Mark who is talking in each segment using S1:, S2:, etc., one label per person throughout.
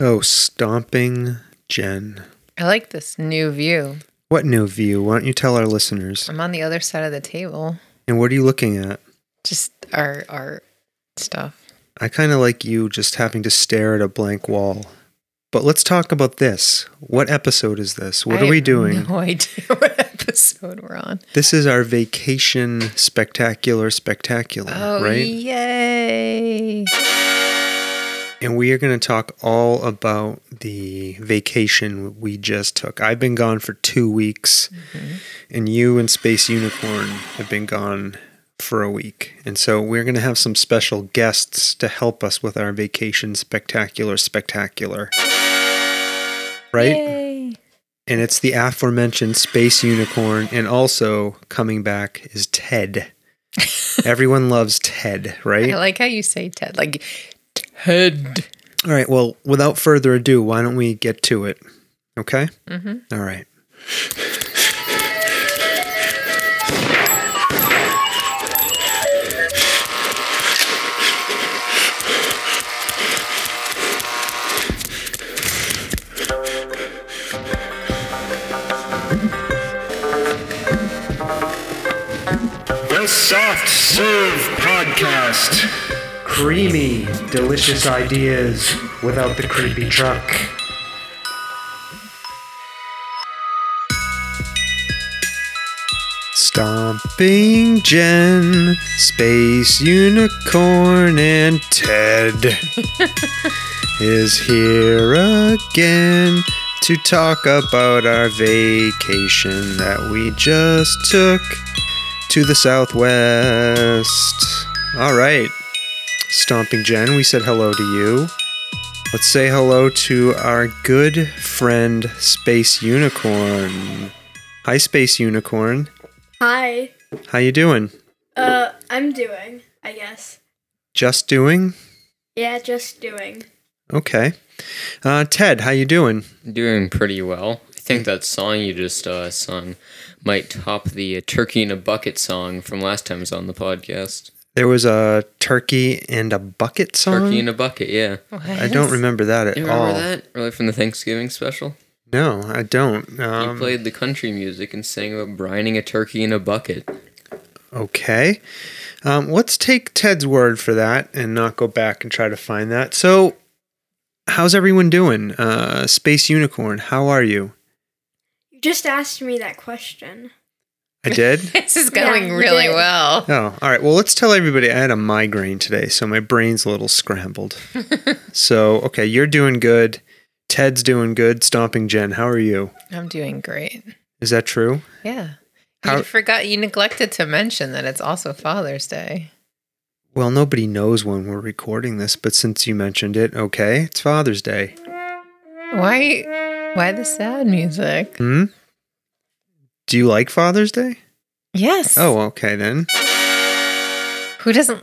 S1: Oh, stomping Jen.
S2: I like this new view.
S1: What new view? Why don't you tell our listeners?
S2: I'm on the other side of the table.
S1: And what are you looking at?
S2: Just our art stuff.
S1: I kind of like you just having to stare at a blank wall. But let's talk about this. What episode is this? What
S2: I
S1: are we
S2: have
S1: doing?
S2: No idea what episode we're on.
S1: This is our vacation spectacular spectacular,
S2: Oh,
S1: Uh, right?
S2: yay!
S1: And we are going to talk all about the vacation we just took. I've been gone for two weeks, and you and Space Unicorn have been gone for a week. And so we're going to have some special guests to help us with our vacation spectacular, spectacular. Right?
S2: Yay.
S1: And it's the aforementioned Space Unicorn. And also coming back is Ted. Everyone loves Ted, right?
S2: I like how you say Ted. Like Ted.
S1: All right. Well, without further ado, why don't we get to it? Okay. Mm-hmm. right.
S3: The Soft Serve Podcast.
S1: Creamy, delicious ideas without the creepy truck. Stomping Jen, Space Unicorn, and Ted is here again to talk about our vacation that we just took to the southwest. All right. Stomping Jen, we said hello to you. Let's say hello to our good friend Space Unicorn. Hi Space Unicorn.
S4: Hi.
S1: How you doing?
S4: Uh, I'm doing, I guess.
S1: Just doing?
S4: Yeah, just doing.
S1: Okay. Uh, Ted, how you doing?
S5: Doing pretty well.
S1: Hmm.
S5: I think that song you just uh, sung might top the uh, turkey in a bucket song from last time's on the podcast.
S1: There was a turkey and a bucket song.
S5: Turkey in a bucket, yeah.
S1: I don't remember that at
S5: You
S1: all.
S5: remember that? Really from the Thanksgiving special?
S1: No, I don't. Um,
S5: you played the country music and sang about brining a turkey in a bucket.
S1: Okay. Um, let's take Ted's word for that and not go back and try to find that. So, how's everyone doing? Uh, Space Unicorn, how are you?
S4: You just asked me that question.
S1: I did?
S2: This is
S4: Yeah,
S2: going
S4: you
S2: really
S4: did.
S2: well.
S1: oh, all right. Well, let's tell everybody I had a migraine today, so my brain's a little scrambled. so, okay, you're doing good. Ted's doing good. Stomping Jen, how are you?
S2: I'm doing great.
S1: Is that true?
S2: Yeah.
S1: How-
S2: you forgot you neglected to mention that it's also Father's Day.
S1: Well, nobody knows when we're recording this, but since you mentioned it, okay, it's Father's Day.
S2: Why why the sad music?
S1: Hmm? Do you like Father's Day?
S2: Yes.
S1: Oh, okay then.
S2: Who doesn't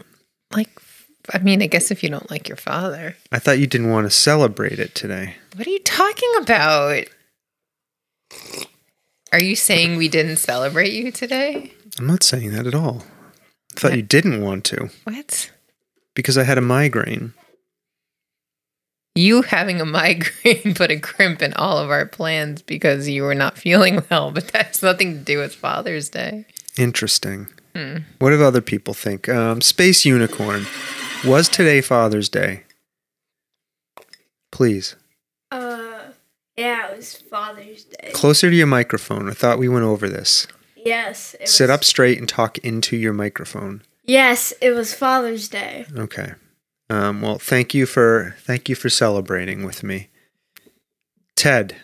S2: like I mean, I guess if you don't like your father.
S1: I thought you didn't want to celebrate it today.
S2: What are you talking about? Are you saying we didn't celebrate you today?
S1: I'm not saying that at all. I thought you didn't want to
S2: What?
S1: because I had a migraine.
S2: You having a migraine put a crimp in all of our plans because you were not feeling well, but that's nothing to do with Father's Day.
S1: Interesting.
S4: Hmm.
S1: What do other people think? Um, Space Unicorn, was today Father's Day? Please,
S4: Uh, yeah, it was Father's Day.
S1: closer to your microphone. I thought we went over this.
S4: Yes. It
S1: Sit
S4: was,
S1: up straight and talk into your microphone.
S4: Yes, it was Father's Day.
S1: Okay. Um, well, thank you for thank you for celebrating with me. Ted,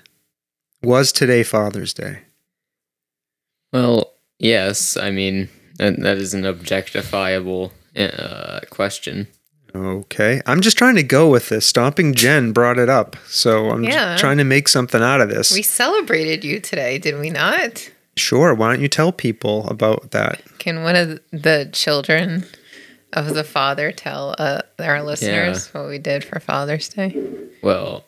S1: was today Father's Day?
S5: Well, yes, I mean, that, that is an objectifiable uh, question.
S1: Okay. I'm just trying to go with this. Stomping Jen brought it up. So I'm just
S2: Yeah.
S1: trying to make something out of this.
S2: We celebrated you today, did we not?
S1: sure. Why don't you tell people about that?
S2: Can one of the children of the father tell uh, our listeners what we did for Father's Day?
S5: Well,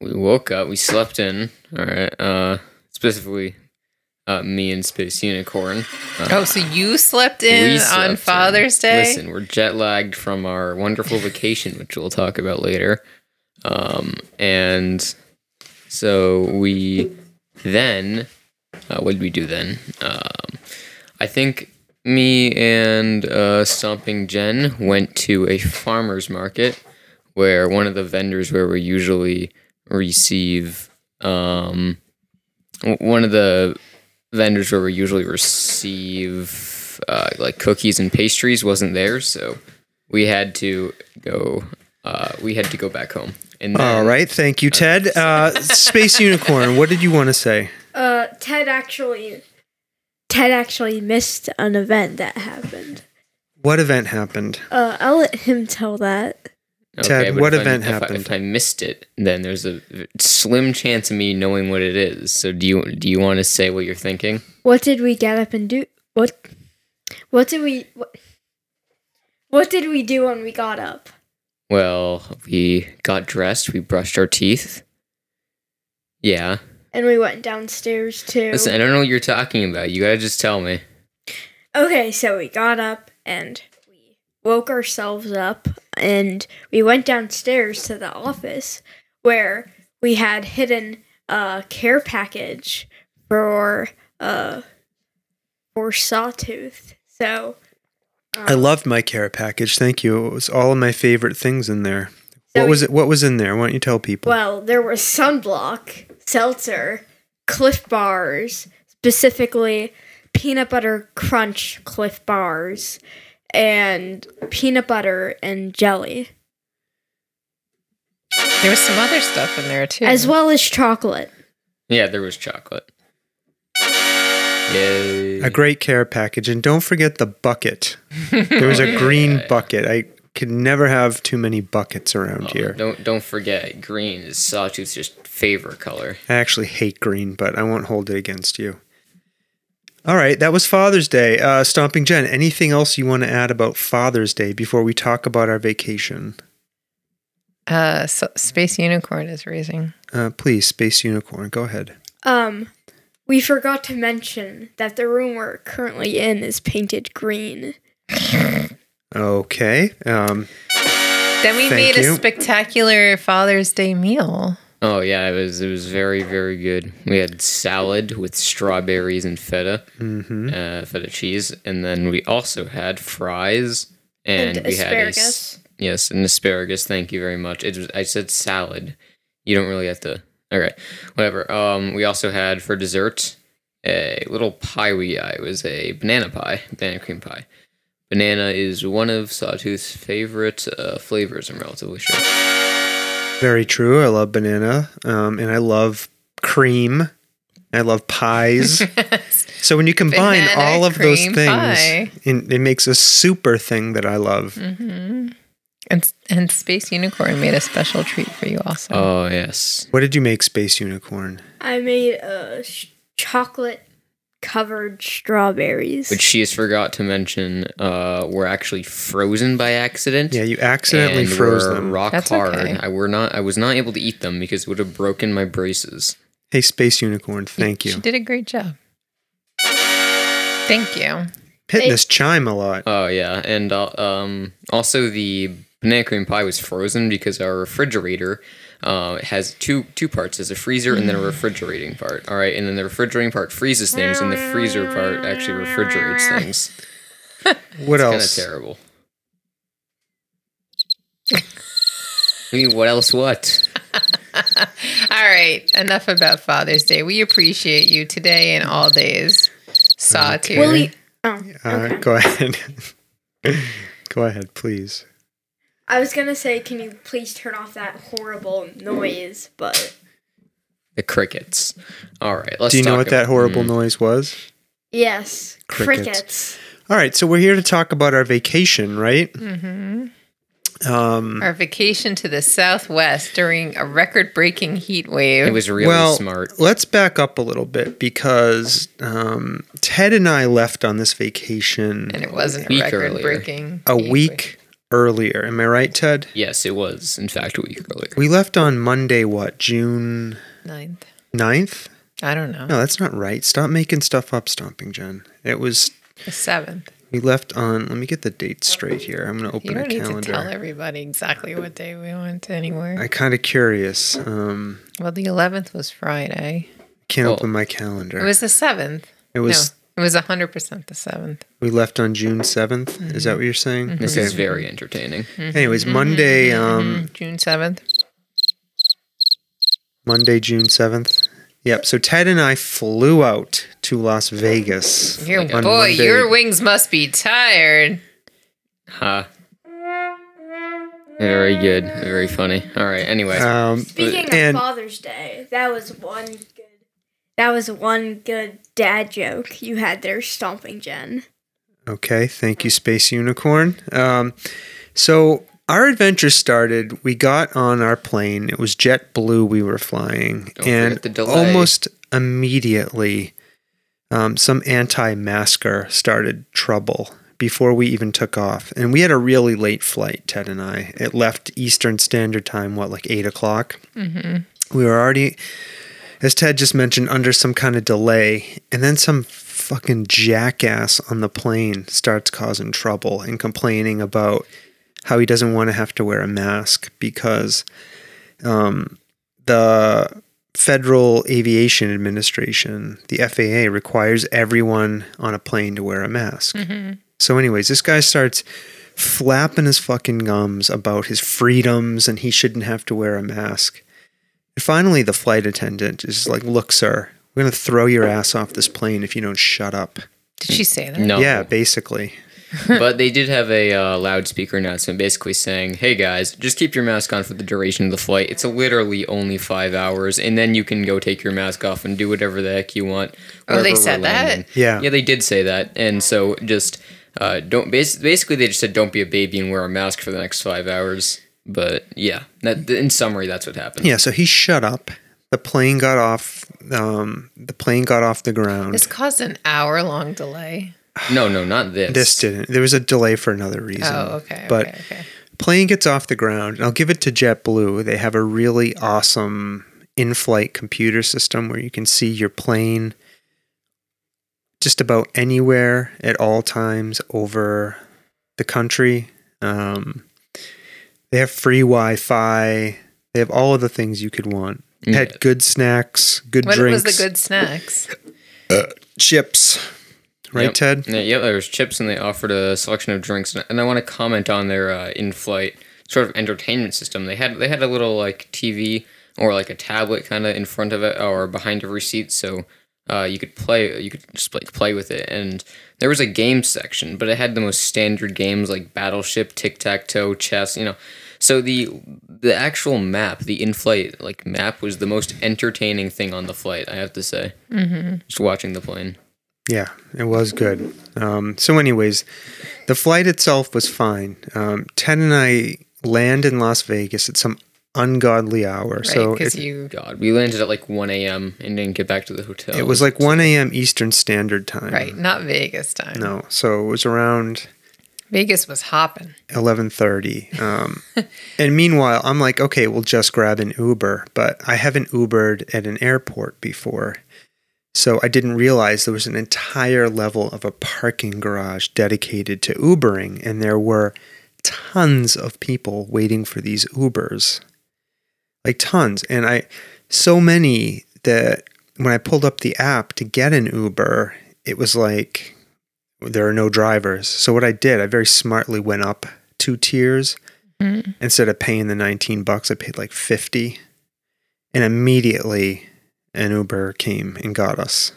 S5: we woke up, we slept in, all right, uh, specifically uh, me and Space Unicorn.
S2: Oh, so you slept
S5: We
S2: in
S5: slept
S2: on
S5: in.
S2: Father's Day?
S5: Listen, we're jet lagged from our wonderful vacation, which we'll talk about later. Um, and so we then, uh, what did we do then? Um, I think me and uh, Stomping Jen went to a farmer's market where one of the vendors where we usually receive um, w- one of the vendors where we usually receive uh, like cookies and pastries wasn't there, so we had to go. Uh, we had to go back home. And
S1: All right. Thank you, Ted. Uh, Space Unicorn, what did you want to say?
S4: Uh, Ted actually, Ted actually missed an event that happened.
S1: What event happened?
S4: Uh, I'll let him tell that.
S1: Ted,
S5: but
S1: what
S5: if I-
S1: event
S5: if I-
S1: happened?
S5: If I, missed it, then there's a slim chance of me knowing what it is. So do you do you want to say what you're thinking?
S4: What did we get up and do? What? What did we? What, what did we do when we got up?
S5: Well, we got dressed, we brushed our teeth. Yeah,
S4: And we went downstairs too.
S5: Listen, I don't know what you're talking about. You gotta just tell me.
S4: Okay, so we got up and we woke ourselves up and we went downstairs to the office where we had hidden a care package for uh for sawtooth. So
S1: I
S4: Um,
S1: loved my care package. Thank you. It was all of my favorite things in there.
S4: So
S1: what
S4: we-
S1: was it? What was in there? Why don't you tell people?
S4: well, there was sunblock, seltzer, cliff bars, specifically peanut butter crunch cliff bars and peanut butter and jelly.
S2: there was some other stuff in there too.
S4: as well as chocolate.
S5: Yeah, there was chocolate. Yay.
S1: a great care package, and don't forget the bucket. There was a green bucket. I could never have too many buckets around
S5: Oh,
S1: here.
S5: Don't don't forget, green is Sawtooth's just favorite color.
S1: I actually hate green, but I won't hold it against you. All right, that was Father's Day. Uh, Stomping Jen, anything else you want to add about Father's Day before we talk about our vacation?
S2: Uh, so Space Unicorn is raising.
S1: Uh, please, Space Unicorn, go ahead.
S4: Um, we forgot to mention that the room we're currently in is painted green.
S1: Okay. Um,
S2: Then we
S1: Thank
S2: made
S1: you.
S2: a spectacular Father's Day meal.
S5: Oh yeah, it was it was very very good. We had salad with strawberries and feta,
S1: mhm.
S5: uh, feta cheese, and then we also had fries and,
S4: And
S5: we had a,
S4: asparagus.
S5: s- yes, and asparagus. Thank you very much. It was, I said salad. You don't really have to. All right, whatever. Um, we also had for dessert a little pie we got. It was a banana pie, banana cream pie. Banana is one of Sawtooth's favorite uh, flavors. I'm relatively sure.
S1: Very true. I love banana, um, and I love cream. I love pies. so when you combine
S2: Banana,
S1: all of those
S2: cream
S1: things,
S2: pie. Mm.
S1: it, it makes a super thing that I love.
S2: And, and Space Unicorn made a special treat for you also.
S5: Oh yes,
S1: What did you make, Space Unicorn?
S4: I made a sh- chocolate covered strawberries.
S5: which she has forgot to mention uh were actually frozen by accident
S1: Yeah, you accidentally
S5: and
S1: froze
S5: were
S1: them.
S5: rock
S2: That's
S5: hard
S2: okay.
S5: i were not i was not able to eat them because it would have broken my braces
S1: Hey, Space Unicorn, thank you.
S2: She did a great job. Thank you.
S1: Hitting this chime a lot.
S5: oh yeah and uh, um also the banana cream pie was frozen because our refrigerator uh, it has two two parts there's a freezer and
S2: Mm.
S5: then a refrigerating part all right and then the refrigerating part freezes things and the freezer part actually refrigerates things
S1: What
S5: kind of
S1: else?
S5: Oh, terrible I mean, what else what
S2: All right, enough about Father's Day. We appreciate you today and all days. Sawtooth.
S4: Will you? Oh,
S1: Uh,
S4: okay.
S1: Go ahead. go ahead, please.
S4: I was gonna say, can you please turn off that horrible noise? But
S5: The crickets. All right, let's.
S1: Do you know
S5: talk
S1: what that
S5: about-
S1: horrible
S5: Mm.
S1: noise was?
S4: yes,
S1: Crickets.
S4: crickets.
S1: All right, so we're here to talk about our vacation, right?
S2: Mhm.
S1: Um,
S2: Our vacation to the Southwest during a record breaking heat wave.
S5: It was really
S1: well,
S5: smart.
S1: let's back up a little bit because um, Ted and I left on this vacation
S2: and it wasn't
S5: week
S2: record
S5: earlier.
S2: breaking.
S1: a week earlier. Am I right, Ted?
S5: Yes, it was. In fact, a week earlier.
S1: We left on Monday, what, June
S2: Ninth.
S1: 9th?
S2: I don't know.
S1: No, that's not right. Stop making stuff up, Stomping Jen. It was,
S2: The seventh.
S1: we left on, let me get the dates straight here. I'm going to
S2: You
S1: open
S2: don't
S1: a
S2: need to tell
S1: calendar.
S2: everybody exactly what day we went anywhere.
S1: I'm kind of curious. Um,
S2: well, the eleventh was Friday.
S1: can't
S5: Well,
S1: open my calendar.
S2: It was the seventh.
S1: It was-
S2: no, it was hundred percent the seventh.
S1: we left on June 7th. Is
S2: Mm-hmm.
S1: that what you're saying?
S5: This is very entertaining.
S1: Anyways, Monday,
S2: Mm-hmm.
S1: um,
S2: June seventh.
S1: Monday, June 7th. Yep. So Ted and I flew out to Las Vegas.
S2: Your
S1: on
S2: boy,
S1: Monday.
S2: your wings must be tired.
S5: Ha. Very good. Very funny. All right. Anyway,
S1: Um,
S4: Speaking
S1: and-
S4: of Father's Day, that was one good. That was one good dad joke you had there, stomping Jen.
S1: okay. Thank you, Space Unicorn. Um, so our adventure started. We got on our plane. It was JetBlue we were flying.
S5: Don't
S1: and
S5: forget the delay.
S1: almost immediately, um, some anti masker started trouble before we even took off. And we had a really late flight, Ted and I. It left Eastern Standard Time, what, like 8 o'clock?
S5: Mm-hmm.
S1: We were already, as Ted just mentioned, under some kind of delay. And then some fucking jackass on the plane starts causing trouble and complaining about how he doesn't want to have to wear a mask because um, the Federal Aviation Administration, the FAA, requires everyone on a plane to wear a mask. So, anyways, this guy starts flapping his fucking gums about his freedoms and he shouldn't have to wear a mask. And finally, the flight attendant is like, Look, sir, we're going to throw your ass off this plane if you don't shut up.
S2: Did she say that?
S5: no.
S1: Yeah, basically.
S2: Hmm.
S5: but they did have a uh, loudspeaker announcement basically saying, hey guys, just keep your mask on for the duration of the flight. It's literally only five hours, and then you can go take your mask off and do whatever the heck you want.
S2: Oh, they
S5: wherever we're
S2: said that?
S5: landing."
S1: Yeah.
S5: Yeah, they did say that. And so just uh, don't, bas- basically, they just said, don't be a baby and wear a mask for the next five hours. But yeah, that, in summary, that's what happened.
S1: Yeah, so he shut up. The plane got off. Um, the plane got off the ground.
S2: This caused an hour long delay.
S5: No, no, not this.
S1: This didn't. There was a delay for another reason.
S2: Oh, okay. okay
S1: But
S2: okay.
S1: plane gets off the ground, and I'll give it to JetBlue. They have a really awesome in-flight computer system where you can see your plane just about anywhere at all times over the country. Um, they have free Wi-Fi. They have all of the things you could want. Had good snacks, good
S2: what
S1: drinks,
S2: was the good snacks?
S1: chips. Right,
S5: Yep.
S1: Ted?
S5: Yeah, yep, there was chips and they offered a selection of drinks. And- And I want to comment on their uh, in-flight sort of entertainment system. They had they had a little like TV or like a tablet kind of in front of it or behind every seat, so uh, you could play you could just like play with it. And there was a game section, but it had the most standard games like Battleship, Tic Tac Toe, chess. You know, so the the actual map, the in-flight like map, was the most entertaining thing on the flight. I have to say, mm-hmm. just watching the plane.
S1: Yeah, it was good. Um, so, anyways, the flight itself was fine. Um, Ted and I land in Las Vegas at some ungodly hour.
S2: right,
S1: so
S2: because
S1: it,
S2: you
S5: God, we landed at like 1 a.m. and didn't get back to the hotel.
S1: it was like 1 a.m. Eastern Standard Time.
S2: right, not Vegas time.
S1: No, so it was around
S2: Vegas was hopping.
S1: 11:30. Um, and meanwhile, I'm like, okay, we'll just grab an Uber. But I haven't Ubered at an airport before, so I didn't realize there was an entire level of a parking garage dedicated to Ubering, and there were tons of people waiting for these Ubers, like tons. And I, so many that when I pulled up the app to get an Uber, it was like there are no drivers. So what I did, I very smartly went up two tiers. Instead of paying the 19 bucks, I paid like 50. And immediately an Uber came and got us.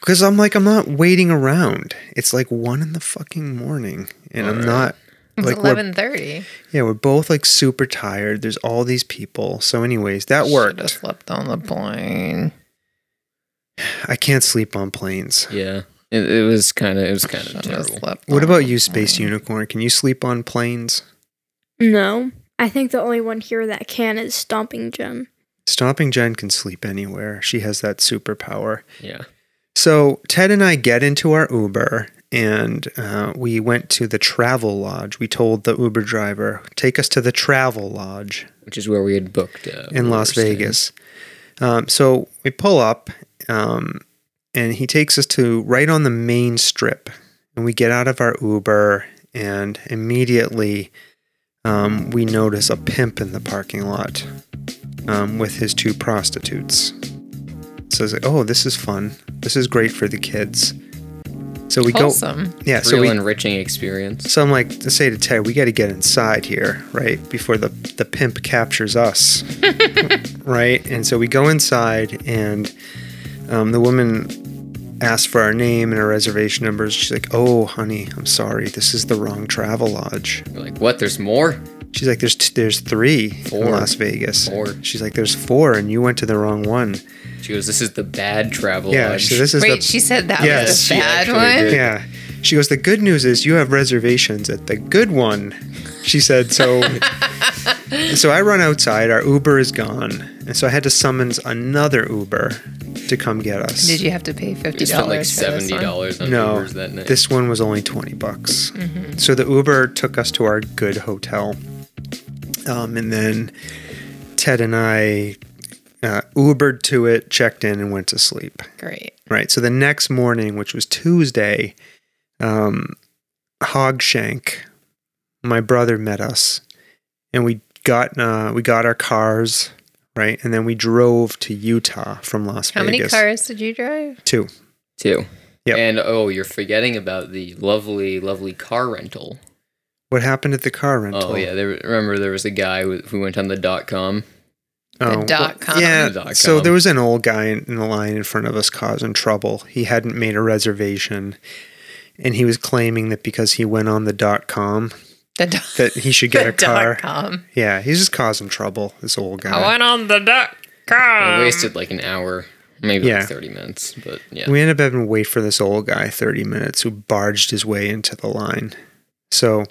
S1: Cause I'm like, I'm not waiting around. It's like one in the fucking morning. And I'm not
S2: It was
S1: like we're,
S2: eleven thirty.
S1: yeah, we're both like super tired. There's all these people. So anyways, that
S2: Should have
S1: worked.
S2: slept on the plane.
S1: I can't sleep on planes.
S5: yeah, it, it was kind of it was kind of
S2: Should have
S5: terrible.
S2: slept.
S1: What
S2: on
S1: about
S2: the
S1: you, Space
S2: plane.
S1: Unicorn? Can you sleep on planes?
S4: No. I think the only one here that can is Stomping Jen.
S1: Stomping Jen can sleep anywhere. She has that superpower.
S5: Yeah.
S1: So Ted and I get into our Uber and uh, we went to the travel lodge. We told the Uber driver, take us to the travel lodge
S5: Which is where we had booked uh,
S1: in Las
S5: we were staying.
S1: Vegas. Um, so we pull up um, and he takes us to right on the main strip. And we get out of our Uber and immediately um, we notice a pimp in the parking lot um, with his two prostitutes. So it's like, oh, this is fun. This is great for the kids. So we
S2: Wholesome.
S1: go, yeah.
S5: Real
S1: so we
S5: enriching experience.
S1: so I'm like to say to Ted, we got to get inside here, right? Before the the pimp captures us, right? And so we go inside, and um, the woman asks for our name and our reservation numbers. She's like, "Oh, honey, I'm sorry, this is the wrong travel lodge."
S5: We're like, what? There's more?
S1: She's like, "There's t- there's three
S5: Four.
S1: in Las Vegas."
S5: Four.
S1: She's like, "There's four, and you went to the wrong one."
S5: She goes, this is the bad travel
S1: Yeah.
S5: lodge.
S1: So this is
S2: Wait,
S1: the
S2: she said that
S1: Yes,
S2: was
S1: she
S2: the bad
S5: actually
S2: one?
S5: did.
S1: Yeah. She goes, The good news is you have reservations at the good one. She said, So So I run outside, our Uber is gone. And so I had to summons another Uber to come get us.
S2: Did you have to pay $50?
S5: we spent like
S2: for this
S5: seventy
S2: one?
S5: dollars on
S1: no,
S5: Ubers that night.
S1: this one was only 20 bucks.
S2: Mm-hmm.
S1: So the Uber took us to our good hotel. Um, and then Ted and I uh, Ubered to it, checked in, and went to sleep.
S2: Great.
S1: Right. So the next morning, which was Tuesday, um, Hogshank, my brother met us, and we got uh, we got our cars, right, and then we drove to Utah from Las
S2: How many
S1: Vegas.
S2: cars did you drive?
S1: Two.
S5: too.
S1: Yep.
S5: And oh, you're forgetting about the lovely, lovely car rental.
S1: What happened at the car rental?
S5: Oh yeah, there, remember there was a guy who who went on the dot com.
S1: Oh,
S2: The dot com.
S1: Yeah.
S5: The dot
S1: So
S5: com.
S1: there was an old guy in, in the line in front of us causing trouble. He hadn't made a reservation, and he was claiming that because he went on the dot com
S2: The do-
S1: that he should get
S2: the
S1: a car.
S2: dot com.
S1: Yeah, he's just causing trouble. This old guy.
S2: I went on the dot
S5: I
S2: com.
S5: wasted like an hour, maybe
S1: yeah.
S5: like thirty minutes, but yeah.
S1: We ended up having to wait for this old guy 30 minutes who barged his way into the line. So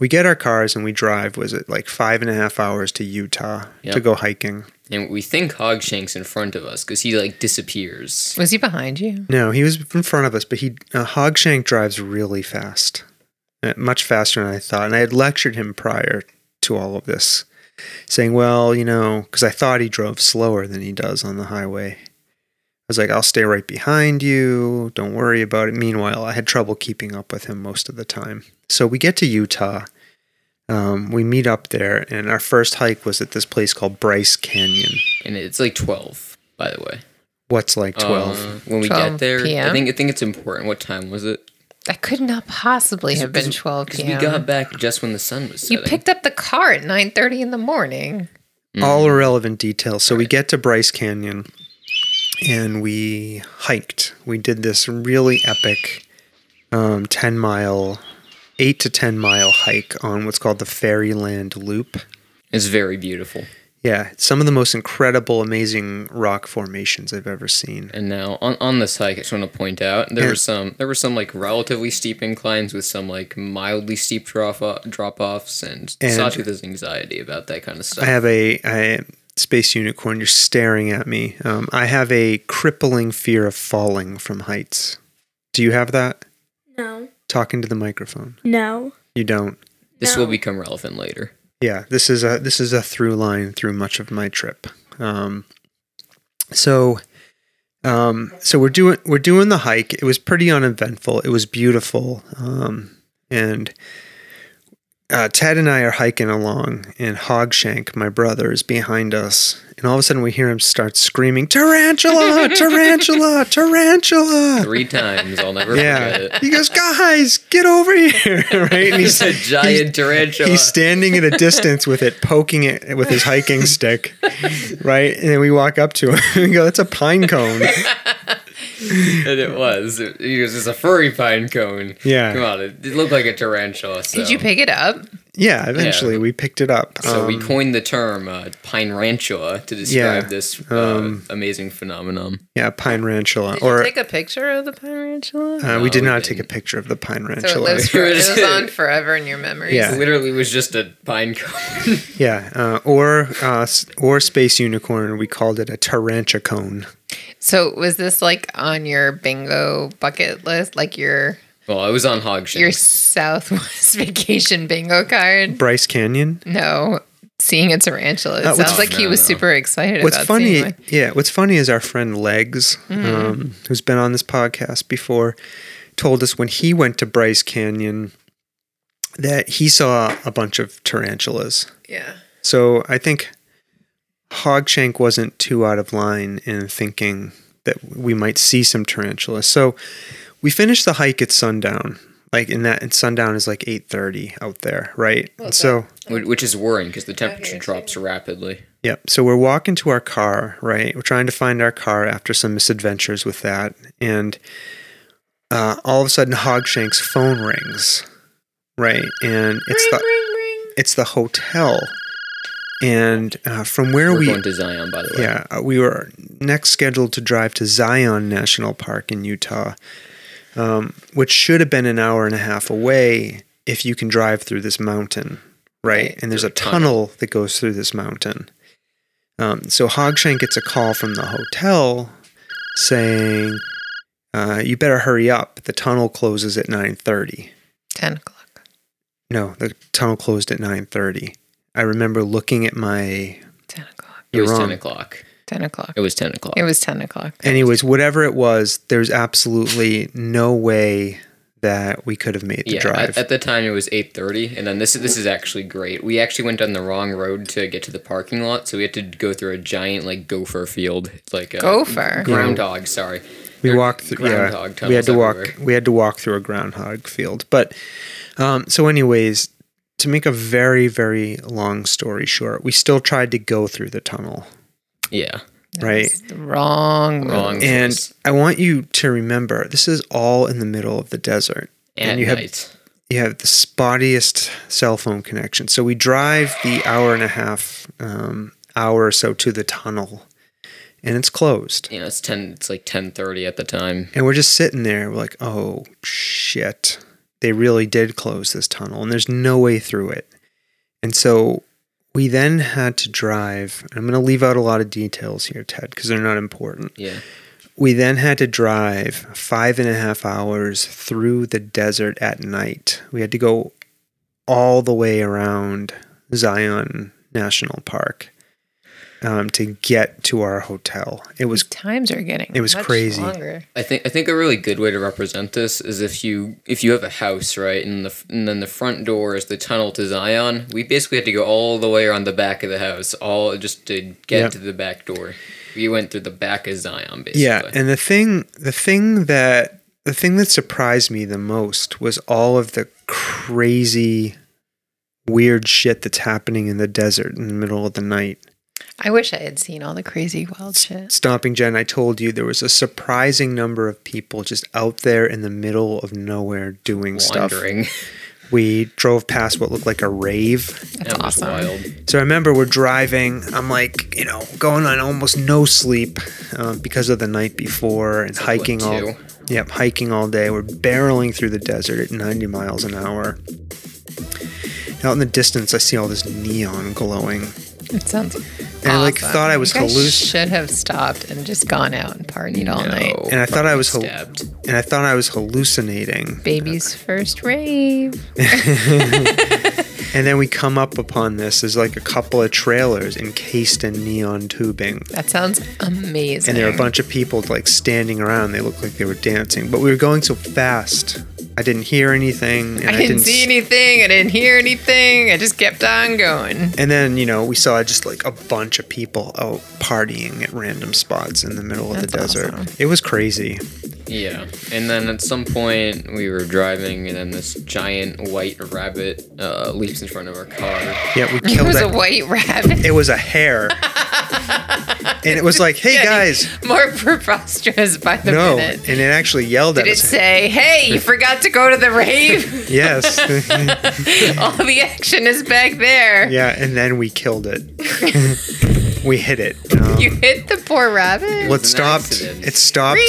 S1: we get our cars and we drive, was it like five and a half hours to Utah to
S5: Yep.
S1: go hiking?
S5: and we think Hogshank's in front of us because he like disappears.
S2: Was he behind you?
S1: No, he was in front of us, but he uh, Hogshank drives really fast, uh, much faster than I thought. And I had lectured him prior to all of this, saying, "Well, you know, because I thought he drove slower than he does on the highway." I was like, "I'll stay right behind you. Don't worry about it." Meanwhile, I had trouble keeping up with him most of the time. So we get to Utah. Um, we meet up there, and our first hike was at this place called Bryce Canyon.
S5: And it's like twelve, by the way.
S1: What's like twelve?
S5: Uh, when we
S2: 12
S5: get there,
S2: PM?
S5: I think I think it's important. What time was it?
S2: That could not possibly have been 12
S5: Because
S2: p.m.
S5: we got back just when the sun was
S2: you
S5: setting.
S2: picked up the car at 9.30 in the morning.
S1: all irrelevant details. So we get to Bryce Canyon and we hiked. We did this really epic um, 10 mile, 8 to 10 mile hike on what's called the Fairyland Loop.
S5: It's very beautiful.
S1: Yeah, it's some of the most incredible, amazing rock formations I've ever seen.
S5: And now on, on this hike, I just want to point out there
S1: Yeah.
S5: were some there were some like relatively steep inclines with some like mildly steep drop drop offs, and,
S1: And-
S5: Sawtooth has anxiety about that kind of stuff.
S1: I have a, I space unicorn. You're staring at me. Um, I have a crippling fear of falling from heights. Do you have that?
S4: No.
S1: Talking to the microphone.
S4: No.
S1: You don't.
S5: this will
S4: No.
S5: become relevant later.
S1: yeah this is a this is a through line through much of my trip um so um so we're doing we're doing the hike it was pretty uneventful it was beautiful um and uh, Ted and I are hiking along, and Hogshank, my brother, is behind us. And all of a sudden, we hear him start screaming, "Tarantula! Tarantula! Tarantula!"
S5: Three times, I'll never forget
S1: Yeah,
S5: it.
S1: he goes, "Guys, get over here!" right? And he's
S5: It's a giant tarantula.
S1: He's standing at a distance with it, poking it with his hiking stick, right? And then we walk up to him and go, "That's a pine cone."
S5: and it was. It, it was just a furry pine cone.
S1: Yeah.
S5: Come on, it, it looked like a tarantula. So.
S2: Did you pick it up?
S1: Yeah, eventually we picked it up.
S5: So we
S1: Um,
S5: coined the term uh, pine ranchua to describe
S1: Yeah,
S5: this uh,
S1: um,
S5: amazing phenomenon.
S1: yeah, pine ranchula.
S2: Did you
S1: Or
S2: take a picture of the pirantula?
S1: uh, we
S5: No,
S1: did
S5: we
S1: not take a
S5: didn't.
S1: picture of the pine
S2: so it
S1: ranchula.
S2: lives for, it
S5: Sure.
S2: lives on forever in your memories.
S1: Yeah.
S5: It literally was just a pine cone.
S1: yeah, uh, or uh, s- or space unicorn. We called it a tarantia cone.
S2: So was this like on your bingo bucket list, like your
S5: well, it was on hog
S2: your
S5: shanks.
S2: Southwest vacation bingo card?
S1: Bryce Canyon.
S2: No, seeing a tarantula. It
S1: Uh, what's-
S2: sounds like he
S5: No,
S2: was
S5: no.
S2: super excited.
S1: What's
S2: about
S1: funny,
S2: Seeing Mm-hmm. one.
S1: yeah, what's funny is our friend Legs, um, who's been on this podcast before, told us when he went to Bryce Canyon that he saw a bunch of tarantulas.
S2: yeah.
S1: So I think Hogshank wasn't too out of line in thinking that we might see some tarantulas. So we finished the hike at sundown. Like in that, and sundown is like eight thirty out there, right? And so
S5: Wh- Which is worrying because the temperature drops rapidly.
S1: Yep. So we're walking to our car, right? We're trying to find our car after some misadventures with that. And uh, all of a sudden, Hogshank's phone rings, right? And it's the it's the hotel. And uh, from where
S5: We're
S1: we
S5: going to Zion, by the way.
S1: yeah, uh, we were next scheduled to drive to Zion National Park in Utah, um, which should have been an hour and a half away if you can drive through this mountain, right?
S5: Right,
S1: and there's
S5: through
S1: a
S5: a tunnel.
S1: tunnel that goes through this mountain. Um, so Hogshank gets a call from the hotel saying, uh, "You better hurry up. The tunnel closes at 9:30."
S2: Ten o'clock.
S1: No, the tunnel closed at 9:30. I remember looking at my.
S2: Ten o'clock.
S5: It was
S1: You're wrong.
S5: 10 o'clock.
S2: Ten o'clock.
S5: It was 10 o'clock.
S2: It was ten o'clock.
S1: Anyways, whatever it was, there's absolutely no way that we could have made the
S5: yeah,
S1: drive.
S5: At, at the time it was 8:30 and then this is- this is actually great. We actually went down the wrong road to get to the parking lot, so we had to go through a giant like gopher field, like a
S2: Gopher?
S5: groundhog, sorry.
S1: we
S5: There-
S1: walked through yeah,
S5: groundhog
S1: we had
S5: tunnels
S1: to walk
S5: everywhere.
S1: we had to walk through a groundhog field. But um, so anyways, to make a very very long story short, we still tried to go through the tunnel,
S5: Yeah.
S1: right?
S2: It's the wrong. road.
S5: Wrong.
S1: And
S5: choice.
S1: I want you to remember this is all in the middle of the desert.
S5: At
S1: you have-
S5: night.
S1: you have the spottiest cell phone connection. So we drive the hour and a half, um, hour or so to the tunnel, and it's closed.
S5: you know, it's 10 it's like 10:30 at the time.
S1: And we're just sitting there, we're like, oh shit, they really did close this tunnel, and there's no way through it. And so we then had to drive. I'm going to leave out a lot of details here, Ted, because they're not important.
S5: Yeah.
S1: We then had to drive five and a half hours through the desert at night. We had to go all the way around Zion National Park um, to get to our hotel. It was
S2: Times are getting.
S1: It was
S2: much
S1: crazy.
S2: Longer.
S5: I think I think a really good way to represent this is if you if you have a house right and the f- and then the front door is the tunnel to Zion. We basically had to go all the way around the back of the house, all just to get
S1: Yeah.
S5: to the back door. We went through the back of Zion, basically.
S1: yeah, and the thing the thing that the thing that surprised me the most was all of the crazy weird shit that's happening in the desert in the middle of the night.
S2: I wish I had seen all the crazy wild shit.
S1: Stomping Jen, I told you there was a surprising number of people just out there in the middle of nowhere doing
S5: wandering.
S1: stuff. We drove past what looked like a rave.
S2: That's
S5: That was
S2: awesome.
S5: wild.
S1: So I remember we're driving. I'm like, you know, going on almost no sleep um, because of the night before and
S5: like, what,
S1: hiking all.
S5: two?
S1: Yep, hiking all day. We're barreling through the desert at 90 miles an hour. Out in the distance, I see all this neon glowing.
S2: It sounds.
S1: And I, like,
S2: awesome.
S1: thought I was
S2: Like,
S1: halluc-
S2: Should have stopped and just gone out and partied all night.
S5: No,
S1: And I thought I was hal-
S5: stabbed.
S1: And I thought I was hallucinating.
S2: Baby's first rave.
S1: And then we come up upon this as like a couple of trailers encased in neon tubing.
S2: That sounds amazing.
S1: And there were a bunch of people like standing around. They looked like they were dancing, but we were going so fast. I didn't hear anything. And
S2: I didn't, see
S1: s-
S2: anything. I didn't hear anything. I just kept on going.
S1: And then, you know, we saw just like a bunch of people out partying at random spots in the middle of the
S2: That's
S1: desert.
S2: awesome.
S1: It was crazy.
S5: Yeah, and then at some point we were driving, and then this giant white rabbit uh, leaps in front of our car.
S1: Yeah, we
S2: It
S1: killed
S2: was
S1: that.
S2: a white rabbit.
S1: it was a hare. and it was like, hey guys,
S2: More preposterous by the
S1: no.
S2: minute.
S1: And it actually yelled
S2: Did
S1: at
S2: it
S1: us.
S2: say, hey, you forgot to go to the rave?
S1: Yes.
S2: All the action is back there.
S1: yeah, and then we killed it. we hit it. Um,
S2: You hit the poor rabbit?
S1: what
S5: an
S1: stopped?
S5: accident.
S1: It stopped.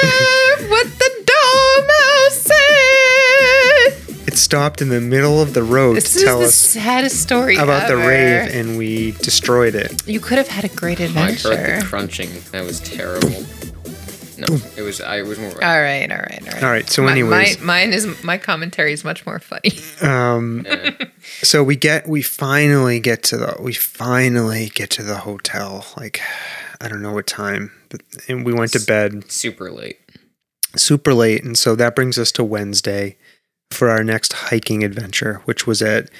S2: Remember what the dormouse said.
S1: It stopped in the middle of the road
S2: This
S1: to tell
S2: is the
S1: us
S2: saddest story
S1: about the
S2: ever.
S1: rave, and we destroyed it.
S2: You could have had a great
S5: I heard
S2: adventure.
S5: the crunching. That was terrible. No, it was. I was more.
S2: All right, all right, all right.
S1: All right. So,
S2: My-
S1: anyways,
S2: my, mine is my commentary is much more funny.
S1: um,
S5: Yeah.
S1: so we get we finally get to the we finally get to the hotel. Like, I don't know what time, but and we went to bed
S5: super late.
S1: super late, and so that brings us to Wednesday for our next hiking adventure, which was at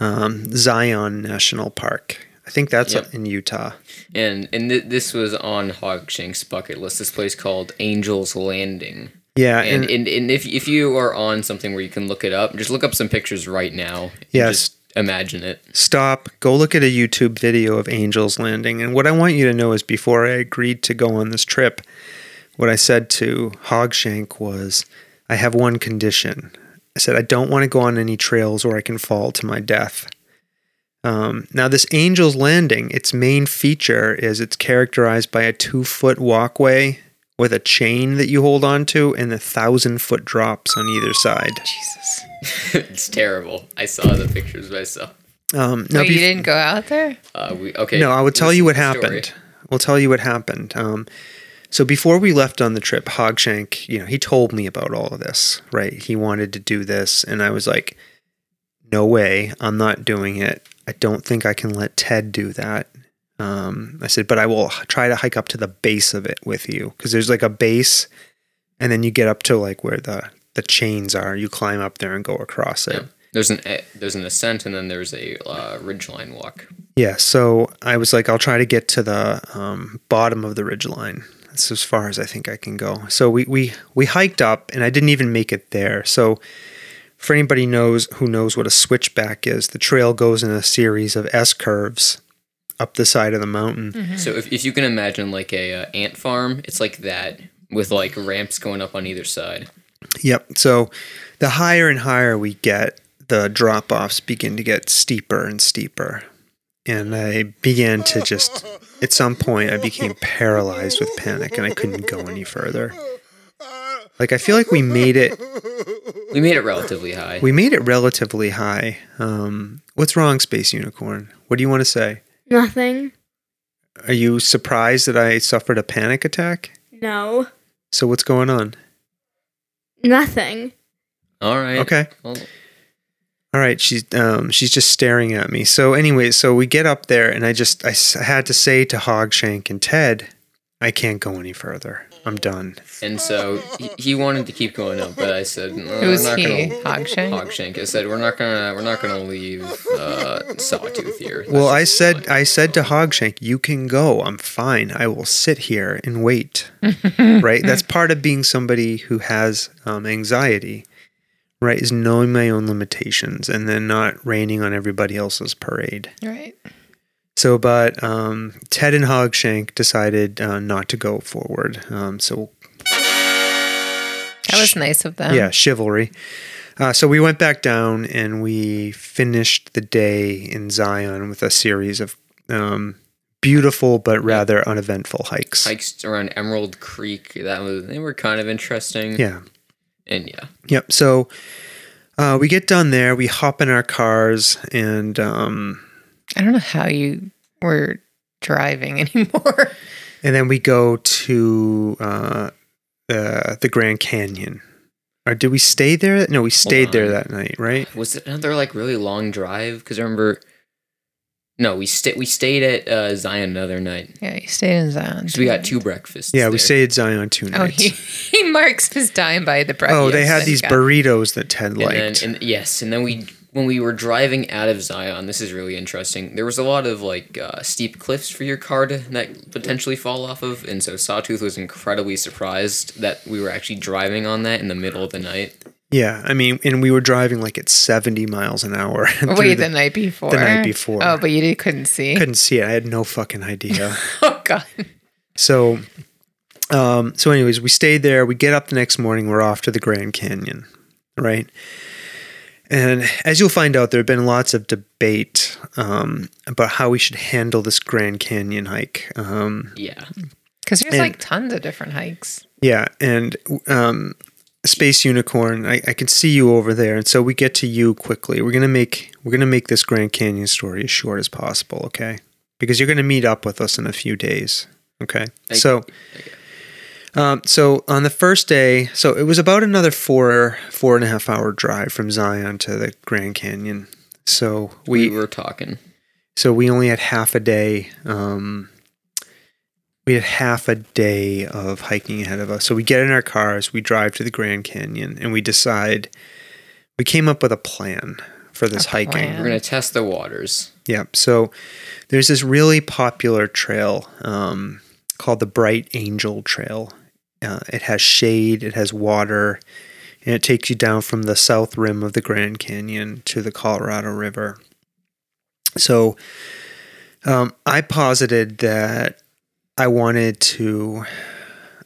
S1: um, Zion National Park. I think that's
S5: Yep.
S1: in Utah.
S5: And and th- this was on Hogshank's bucket list. This place called Angel's Landing.
S1: Yeah,
S5: And and, and if if you are on something where you can look it up, just look up some pictures right now. and
S1: Yes.
S5: Just imagine it.
S1: stop, go look at a YouTube video of Angel's Landing. And what I want you to know is before I agreed to go on this trip, what I said to Hogshank was, I have one condition. I said, I don't want to go on any trails where I can fall to my death. Um, now, this Angel's Landing, its main feature is it's characterized by a two foot walkway with a chain that you hold onto and a thousand foot drops on either side.
S2: Jesus.
S5: it's terrible. I saw the pictures myself.
S1: Um, now
S2: Wait,
S1: bef-
S2: you didn't go out there?
S5: Uh, we okay.
S1: No, I will tell
S5: listen
S1: you
S5: to
S1: what
S5: the story.
S1: happened. We'll tell you what happened. Um, so before we left on the trip, Hogshank, you know, he told me about all of this, right? He wanted to do this, and I was like, "No way, I'm not doing it. I don't think I can let Ted do that." Um, I said, "But I will h- try to hike up to the base of it with you, because there's like a base, and then you get up to like where the the chains are. You climb up there and go across it."
S5: Yeah. There's an eh, there's an ascent and then there's a uh, ridgeline walk.
S1: Yeah, so I was like, I'll try to get to the um, bottom of the ridgeline. That's as far as I think I can go. So we we we hiked up, and I didn't even make it there. So for anybody knows who knows what a switchback is, the trail goes in a series of S curves up the side of the mountain.
S5: So if, if you can imagine like a uh, ant farm, it's like that with like ramps going up on either side.
S1: Yep. So the higher and higher we get, the drop offs begin to get steeper and steeper. And I began to just, at some point, I became paralyzed with panic and I couldn't go any further. Like, I feel like we made it,
S5: We made it relatively high.
S1: we made it relatively high. Um, what's wrong, Space Unicorn? What do you want to say?
S4: Nothing.
S1: Are you surprised that I suffered a panic attack?
S4: No.
S1: So, what's going on?
S4: Nothing.
S5: All right.
S1: Okay.
S5: Well,
S1: All right, she's um, she's just staring at me. So anyway, so we get up there, and I just I s- had to say to Hogshank and Ted, I can't go any further. I'm done.
S5: and so he, he wanted to keep going up, but I said, no,
S2: Who's
S5: I'm Uh, not
S2: he?
S5: Gonna,
S2: Hogshank?
S5: Hogshank. I said we're not gonna we're not gonna leave uh, Sawtooth here. That's
S1: Well, I
S5: just
S1: said
S5: fine."
S1: I said to Hogshank, you can go. I'm fine. I will sit here and wait. right? That's part of being somebody who has um, anxiety. Right? Is knowing my own limitations and then not raining on everybody else's parade.
S2: All right.
S1: So, but um, Ted and Hogshank decided uh, not to go forward. Um, so,
S2: That was nice of
S5: Um,
S2: them.
S1: yeah, chivalry. Uh, so we went back down and we finished the day in Zion with a series of um, beautiful but rather uneventful hikes.
S5: hikes around Emerald Creek. That was they were kind of interesting.
S1: Yeah.
S5: And yeah,
S1: Yep. So uh, we get done there. We hop in our cars and um,
S2: I don't know how you were driving anymore.
S1: and then we go to uh, the the Grand Canyon. Or did we stay there? No, we stayed there
S5: on.
S1: that night, right?
S5: was it another like really long drive? Because I remember, no, we stayed we stayed at uh, Zion another night
S2: yeah, you stayed in Zion.
S5: because we got two breakfasts.
S1: Yeah, we
S5: there.
S1: stayed Zion two
S2: Oh,
S1: nights.
S2: he, he marks his time by the breakfast.
S1: Oh, they had
S2: Thank
S1: these
S2: God.
S1: burritos that Ted
S5: and then
S1: liked.
S5: and yes, and then we when we were driving out of Zion, this is really interesting. There was a lot of like uh, steep cliffs for your car to that potentially fall off of, and so Sawtooth was incredibly surprised that we were actually driving on that in the middle of the night.
S1: Yeah, I mean, and we were driving like at 70 miles an hour. and through
S2: Oh, Wait, the, night before.
S1: night before.
S2: Oh, but you did, couldn't see.
S1: couldn't see it. I had no fucking idea.
S2: Oh God.
S1: so, um, so anyways, we stayed there. We get up the next morning. We're off to the Grand Canyon, right? And as you'll find out, there have been lots of debate um, about how we should handle this Grand Canyon hike. Um,
S5: Yeah,
S2: Because there's
S1: And-
S2: like tons of different hikes.
S1: Yeah, and um, Space Unicorn, I, I can see you over there, and so we get to you quickly. We're gonna make we're gonna make this Grand Canyon story as short as possible, okay? Because you're gonna meet up with us in a few days, okay?
S5: Thank
S1: so, um, so on the first day, so it was about another four four and a half hour drive from Zion to the Grand Canyon. So
S5: we
S1: we
S5: were talking.
S1: so we only had half a day um we had half a day of hiking ahead of us so we get in our cars we drive to the grand canyon and we decide we came up with a plan for this
S2: A
S1: hiking
S2: plan.
S5: We're gonna test the waters.
S1: yeah so there's this really popular trail um called the bright angel trail uh, it has shade it has water and it takes you down from the south rim of the grand canyon to the colorado river so um, I posited that I wanted to.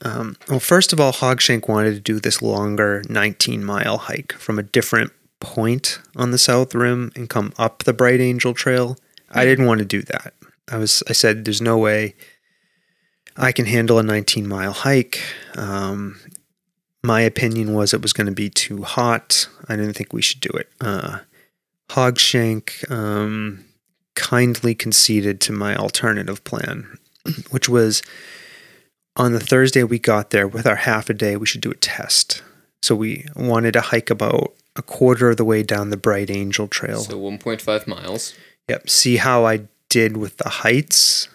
S1: Um, well, first of all, Hogshank wanted to do this longer 19 mile hike from a different point on the South Rim and come up the Bright Angel Trail. I didn't want to do that. I was, I said, there's no way I can handle a 19 mile hike. Um, my opinion was it was going to be too hot. I didn't think we should do it. Uh, Hogshank um, kindly conceded to my alternative plan, which was on the Thursday we got there with our half a day, we should do a test. So we wanted to hike about a quarter of the way down the Bright Angel Trail.
S5: So 1.5 miles.
S1: Yep. See how I did with the heights.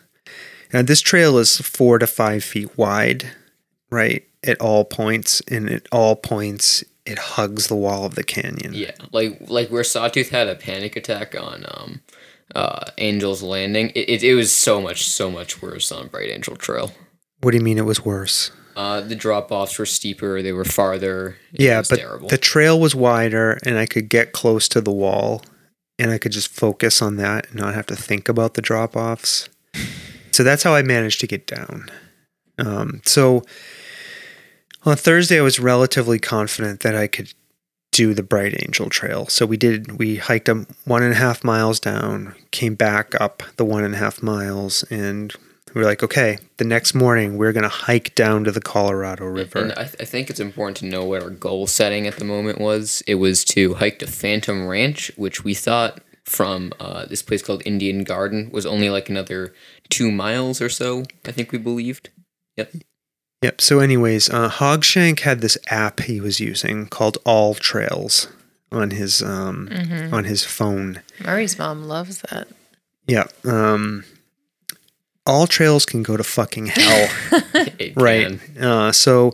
S1: Now this trail is four to five feet wide, right? At all points, and at all points, it hugs the wall of the canyon.
S5: Yeah, like like where Sawtooth had a panic attack on um, uh, Angel's Landing. It, it it was so much so much worse on Bright Angel Trail.
S1: What do you mean it was worse?
S5: Uh, the drop offs were steeper. They were farther. It
S1: yeah,
S5: was
S1: but
S5: terrible.
S1: the trail was wider, and I could get close to the wall, and I could just focus on that and not have to think about the drop offs. So that's how I managed to get down. Um, so on Thursday, I was relatively confident that I could do the Bright Angel Trail. So we did. We hiked um one and a half miles down, came back up the one and a half miles, and we were like, okay, the next morning we're gonna hike down to the Colorado River.
S5: and I, th- I think it's important to know what our goal setting at the moment was. It was to hike to Phantom Ranch, which we thought from uh, this place called Indian Garden was only like another two miles or so. I think we believed. Yep.
S1: Yep. So, anyways, uh, Hogshank had this app he was using called All Trails on his um, on his phone.
S2: Mm-hmm. Murray's mom loves that.
S1: Yeah. Um, all trails can go to fucking hell.
S5: It
S1: right.
S5: can.
S1: Uh, so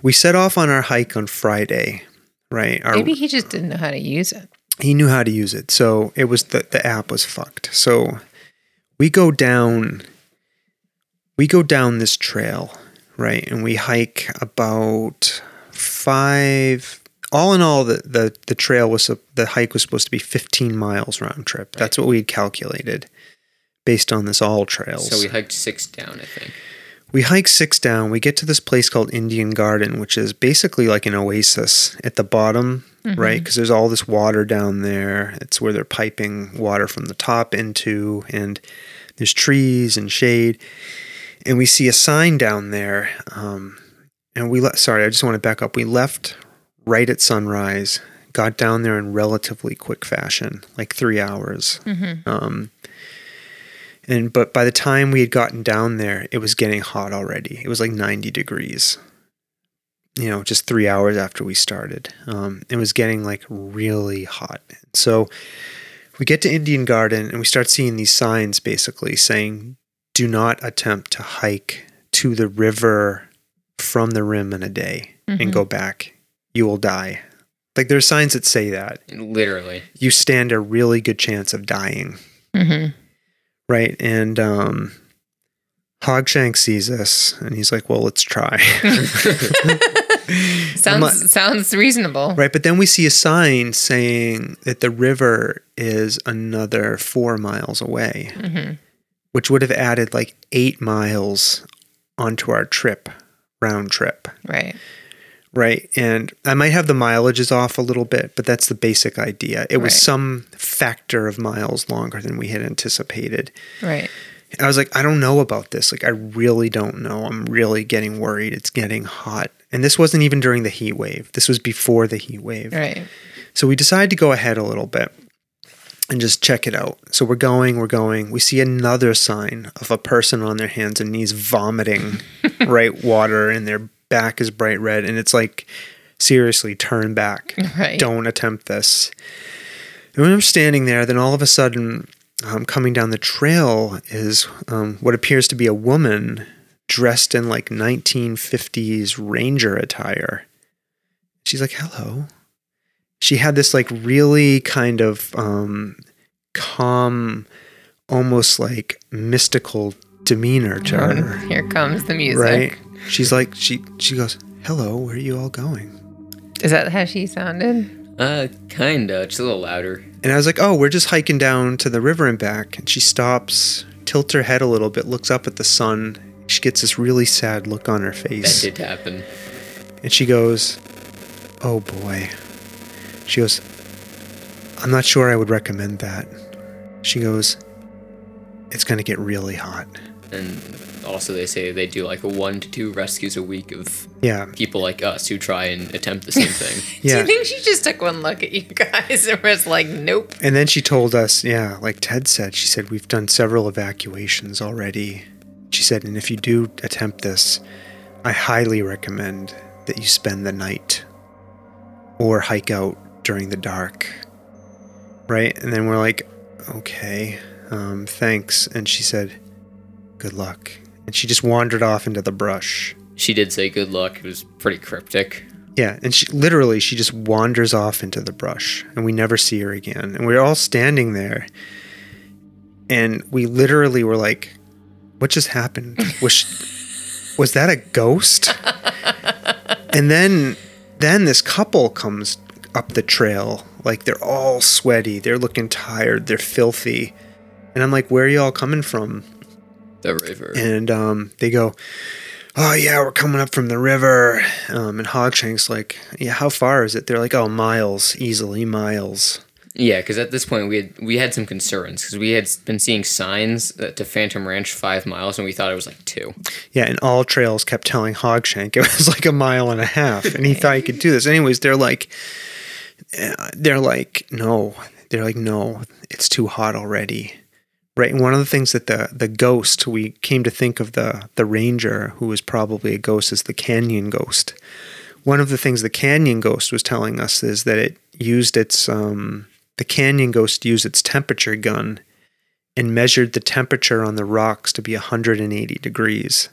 S1: we set off on our hike on Friday. Right. Our,
S2: Maybe he just didn't know how to use it.
S1: he knew how to use it. So it was the the app was fucked. So we go down we go down this trail, right? And we hike about five all in all the the, the trail was sup- the hike was supposed to be 15 miles round trip. That's what we had calculated based on this all trails.
S5: So we hiked six down, I think.
S1: We hike six down. We get to this place called Indian Garden, which is basically like an oasis at the bottom, right? 'Cause right? Because there's all this water down there. It's where they're piping water from the top into, and there's trees and shade. And we see a sign down there. Um, and we left, sorry, I just want to back up. We left right at sunrise, got down there in relatively quick fashion, like three hours.
S2: Mm-hmm.
S1: Um, and but by the time we had gotten down there, it was getting hot already. It was like 90 degrees. You know, just three hours after we started, um, it was getting like really hot. So we get to Indian Garden and we start seeing these signs basically saying, "Do not attempt to hike to the
S2: Mm-hmm.
S1: river from the rim in a day and go back. You will die." Like there are signs that say that.
S5: Literally.
S1: You stand a really good chance of dying.
S2: Mm-hmm.
S1: Right. And um Hogshank sees this and he's like, Well, let's try.
S2: Mm-hmm. Sounds sounds reasonable.
S1: right. But then we see a sign saying that the river is another four miles away,
S2: Mm-hmm.
S1: which would have added like eight miles onto our trip, round trip.
S2: Right.
S1: Right. And I might have the mileages off a little bit, but that's the basic idea. It was
S2: Right.
S1: some factor of miles longer than we had anticipated.
S2: Right.
S1: I was like, I don't know about this. Like, I really don't know. I'm really getting worried. It's getting hot. And this wasn't even during the heat wave, this was before the heat wave.
S2: Right.
S1: So we decide to go ahead a little bit and just check it out. So we're going, we're going. We see another sign of a person on their hands and knees vomiting right water and their back is bright red and it's like seriously turn back.
S2: Right.
S1: Don't attempt this. And when I'm standing there, then all of a sudden, um, coming down the trail is um, what appears to be a woman dressed in like 1950s ranger attire. She's like, hello. She had this like really kind of um, calm, almost like mystical demeanor to her
S2: Here comes the Mm-hmm. music.
S1: right? She's like she she goes, "Hello, where are you all going?"
S2: Is that how she sounded?
S5: Uh, kinda. Just a little louder.
S1: And I was like, "Oh, we're just hiking down to the river and back." And she stops, tilts her head a little bit, looks up at the sun. She gets this really sad look on her
S5: That
S1: face,
S5: did happen.
S1: and she goes, "Oh boy." She goes, "I'm not sure I would recommend that." She goes, "It's going to get really hot."
S5: And also, they say they do like one to two rescues a week of
S1: Yeah.
S5: people like us who try and attempt the same thing.
S1: Yeah.
S2: Do you think she just took one look at you guys and was like, "Nope"?
S1: And then she told us, yeah, like Ted said, she said, we've done several evacuations already. She said, and if you do attempt this, I highly recommend that you spend the night or hike out during the dark. Right? And then we're like, okay, um, thanks. And she said, good luck. And she just wandered off into the brush.
S5: she did say good luck. It was pretty cryptic.
S1: Yeah, and she literally she just wanders off into the brush and we never see her again. And we're all standing there and we literally were like, What just happened? Was she- was that a ghost? and then then this couple comes up the trail. Like they're all sweaty, they're looking tired, they're filthy. And I'm like, Where are y'all coming from?
S5: The river.
S1: and um, they go, "Oh yeah, we're coming up from the river." Um, and Hogshank's like, "Yeah, how far is it?" They're like, "Oh, miles, easily miles."
S5: Yeah, because at this point we had we had some concerns because we had s- been seeing signs that to Phantom Ranch five miles and we thought it was like two.
S1: Yeah, and all trails kept telling Hogshank it was like a mile and a half, and he thought he could do this. Anyways, they're like, uh, they're like, no, they're like, no, it's too hot already, right? And one of the things that the the ghost we came to think of the the ranger who was probably a ghost is the canyon ghost. One of the things the canyon ghost was telling us is that it used its um, the canyon ghost used its temperature gun and measured the temperature on the rocks to be 180 degrees.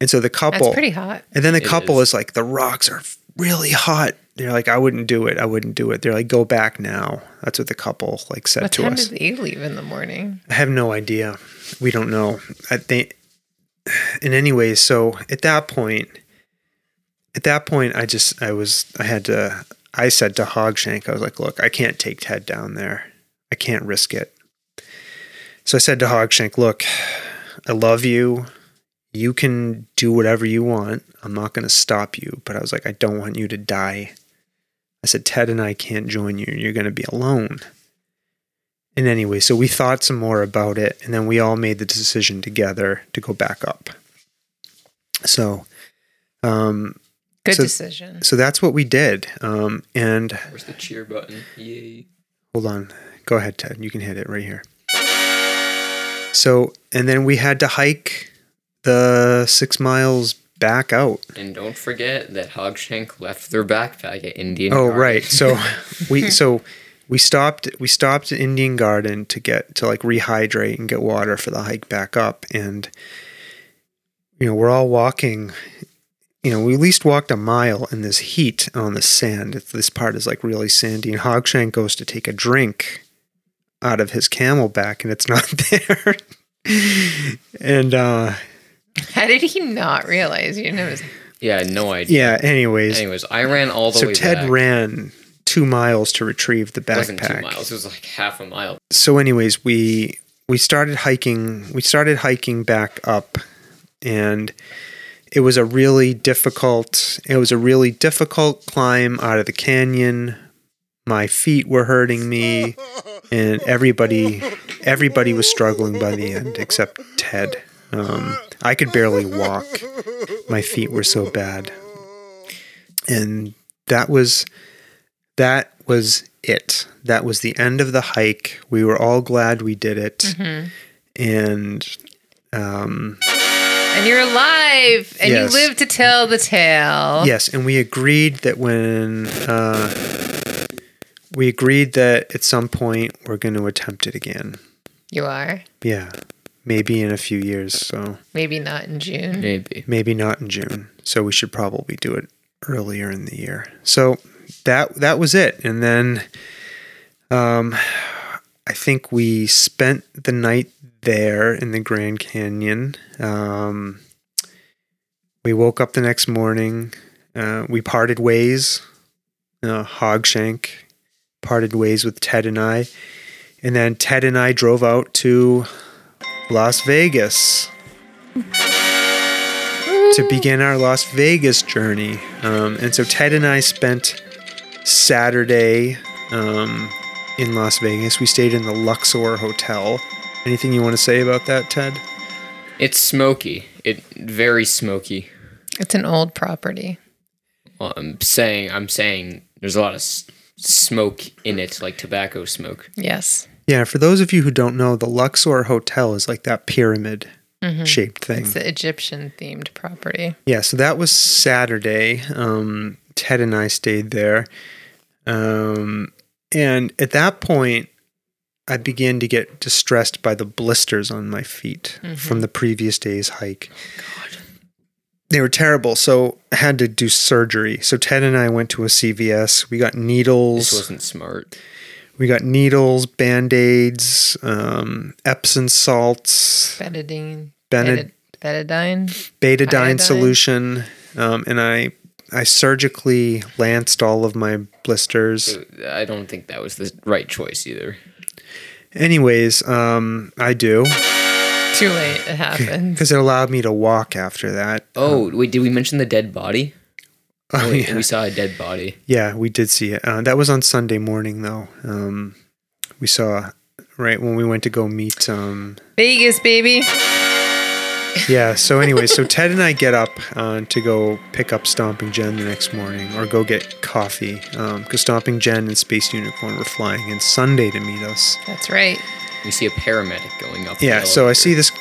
S1: And so the couple
S2: That's pretty hot.
S1: and then the
S5: It
S1: couple is.
S5: is.
S1: like, the rocks are really hot. They're like, I wouldn't do it. I wouldn't do it. They're like, go back now. That's what the couple like said
S2: What
S1: to
S2: time
S1: us.
S2: did they leave in the morning?
S1: I have no idea. We don't know. I think. In any way, so at that point, at that point, I just I was I had to. I said to Hogshank, I was like, look, I can't take Ted down there. I can't risk it. So I said to Hogshank, look, I love you. You can do whatever you want. I'm not going to stop you. But I was like, I don't want you to die. I said, Ted and I can't join you. You're going to be alone. And anyway, so we thought some more about it. And then we all made the decision together to go back up. So, um,
S2: Good
S1: So-
S2: decision.
S1: so that's what we did. Um, and
S5: Where's the cheer button? Yay!
S1: Hold on. Go ahead, Ted. You can hit it right here. So, and then we had to hike the six miles back out.
S5: And don't forget that Hogshank left their backpack at Indian.
S1: Oh,
S5: Garden.
S1: right. So we so we stopped we stopped at Indian Garden to get to like rehydrate and get water for the hike back up, and you know we're all walking you know, we at least walked a mile in this heat on the sand. It's, this part is like really sandy, and Hogshank goes to take a drink out of his camelback, and it's not there. and uh,
S2: How did he not realize you didn't have his
S5: Yeah, no idea.
S1: yeah, anyways,
S5: Anyways, I ran all the
S1: so
S5: way
S1: Ted
S5: back.
S1: ran two miles to retrieve the
S5: it wasn't two
S1: backpack.
S5: miles. It was like half a mile.
S1: so anyways we we started hiking we started hiking back up and it was a really difficult it was a really difficult climb out of the canyon my feet were hurting me and everybody everybody was struggling by the end except ted um, i could barely walk my feet were so bad and that was that was it. That was the end of the hike. We were all glad we did it. And um,
S2: and you're alive and
S1: Yes.
S2: you live to tell the tale.
S1: yes, and we agreed that when uh, we agreed that at some point we're going to attempt it again.
S2: You are.
S1: Yeah, maybe in a few years. So
S2: Maybe not in June.
S5: Maybe.
S1: maybe not in June. So we should probably do it earlier in the year. So that that was it. And then um I think we spent the night there in the Grand Canyon. Um we woke up the next morning. Uh, we parted ways. Uh, Hogshank parted ways with Ted and I. And then Ted and I drove out to Las Vegas to begin our Las Vegas journey. Um, and so Ted and I spent Saturday um, in Las Vegas. We stayed in the Luxor Hotel. Anything you want to say about that, Ted?
S5: It's smoky. It very smoky.
S2: It's an old property.
S5: Well, I'm saying I'm saying there's a lot of s- smoke in it, like tobacco smoke.
S2: Yes.
S1: Yeah, for those of you who don't know, the Luxor Hotel is like that pyramid
S2: Mm-hmm.
S1: shaped thing.
S2: It's the Egyptian themed property.
S1: Yeah, so that was Saturday. Um, Ted and I stayed there. Um, and at that point, I began to get distressed by the blisters on my feet from the previous day's hike. They were terrible, so I had to do surgery. So Ted and I went to a CVS. We got needles.
S5: This wasn't smart.
S1: we got needles, band aids, um, Epsom salts,
S2: Betadine.
S1: Bened-
S2: Betad- Betadine.
S1: betadine
S2: Iodine.
S1: solution, um, and I I surgically lanced all of my blisters.
S5: I don't think that was the right choice either.
S1: Anyways, um, I do
S2: Too late. It happened.
S1: because it allowed me to walk after that.
S5: Oh wait, did we mention the dead body?
S1: Oh,
S5: Wait,
S1: yeah.
S5: We saw a dead body.
S1: yeah, we did see it. Uh, that was on Sunday morning though. Um, we saw right when we went to go meet. Um,
S2: Vegas, baby.
S1: yeah. So anyway, so Ted and I get up uh, to go pick up Stomping Jen the next morning, or go get coffee because Stomping Jen and Space Unicorn were flying in Sunday to meet us.
S2: That's right.
S5: We see a paramedic going up. the
S1: Yeah, so I
S5: elevator.
S1: see this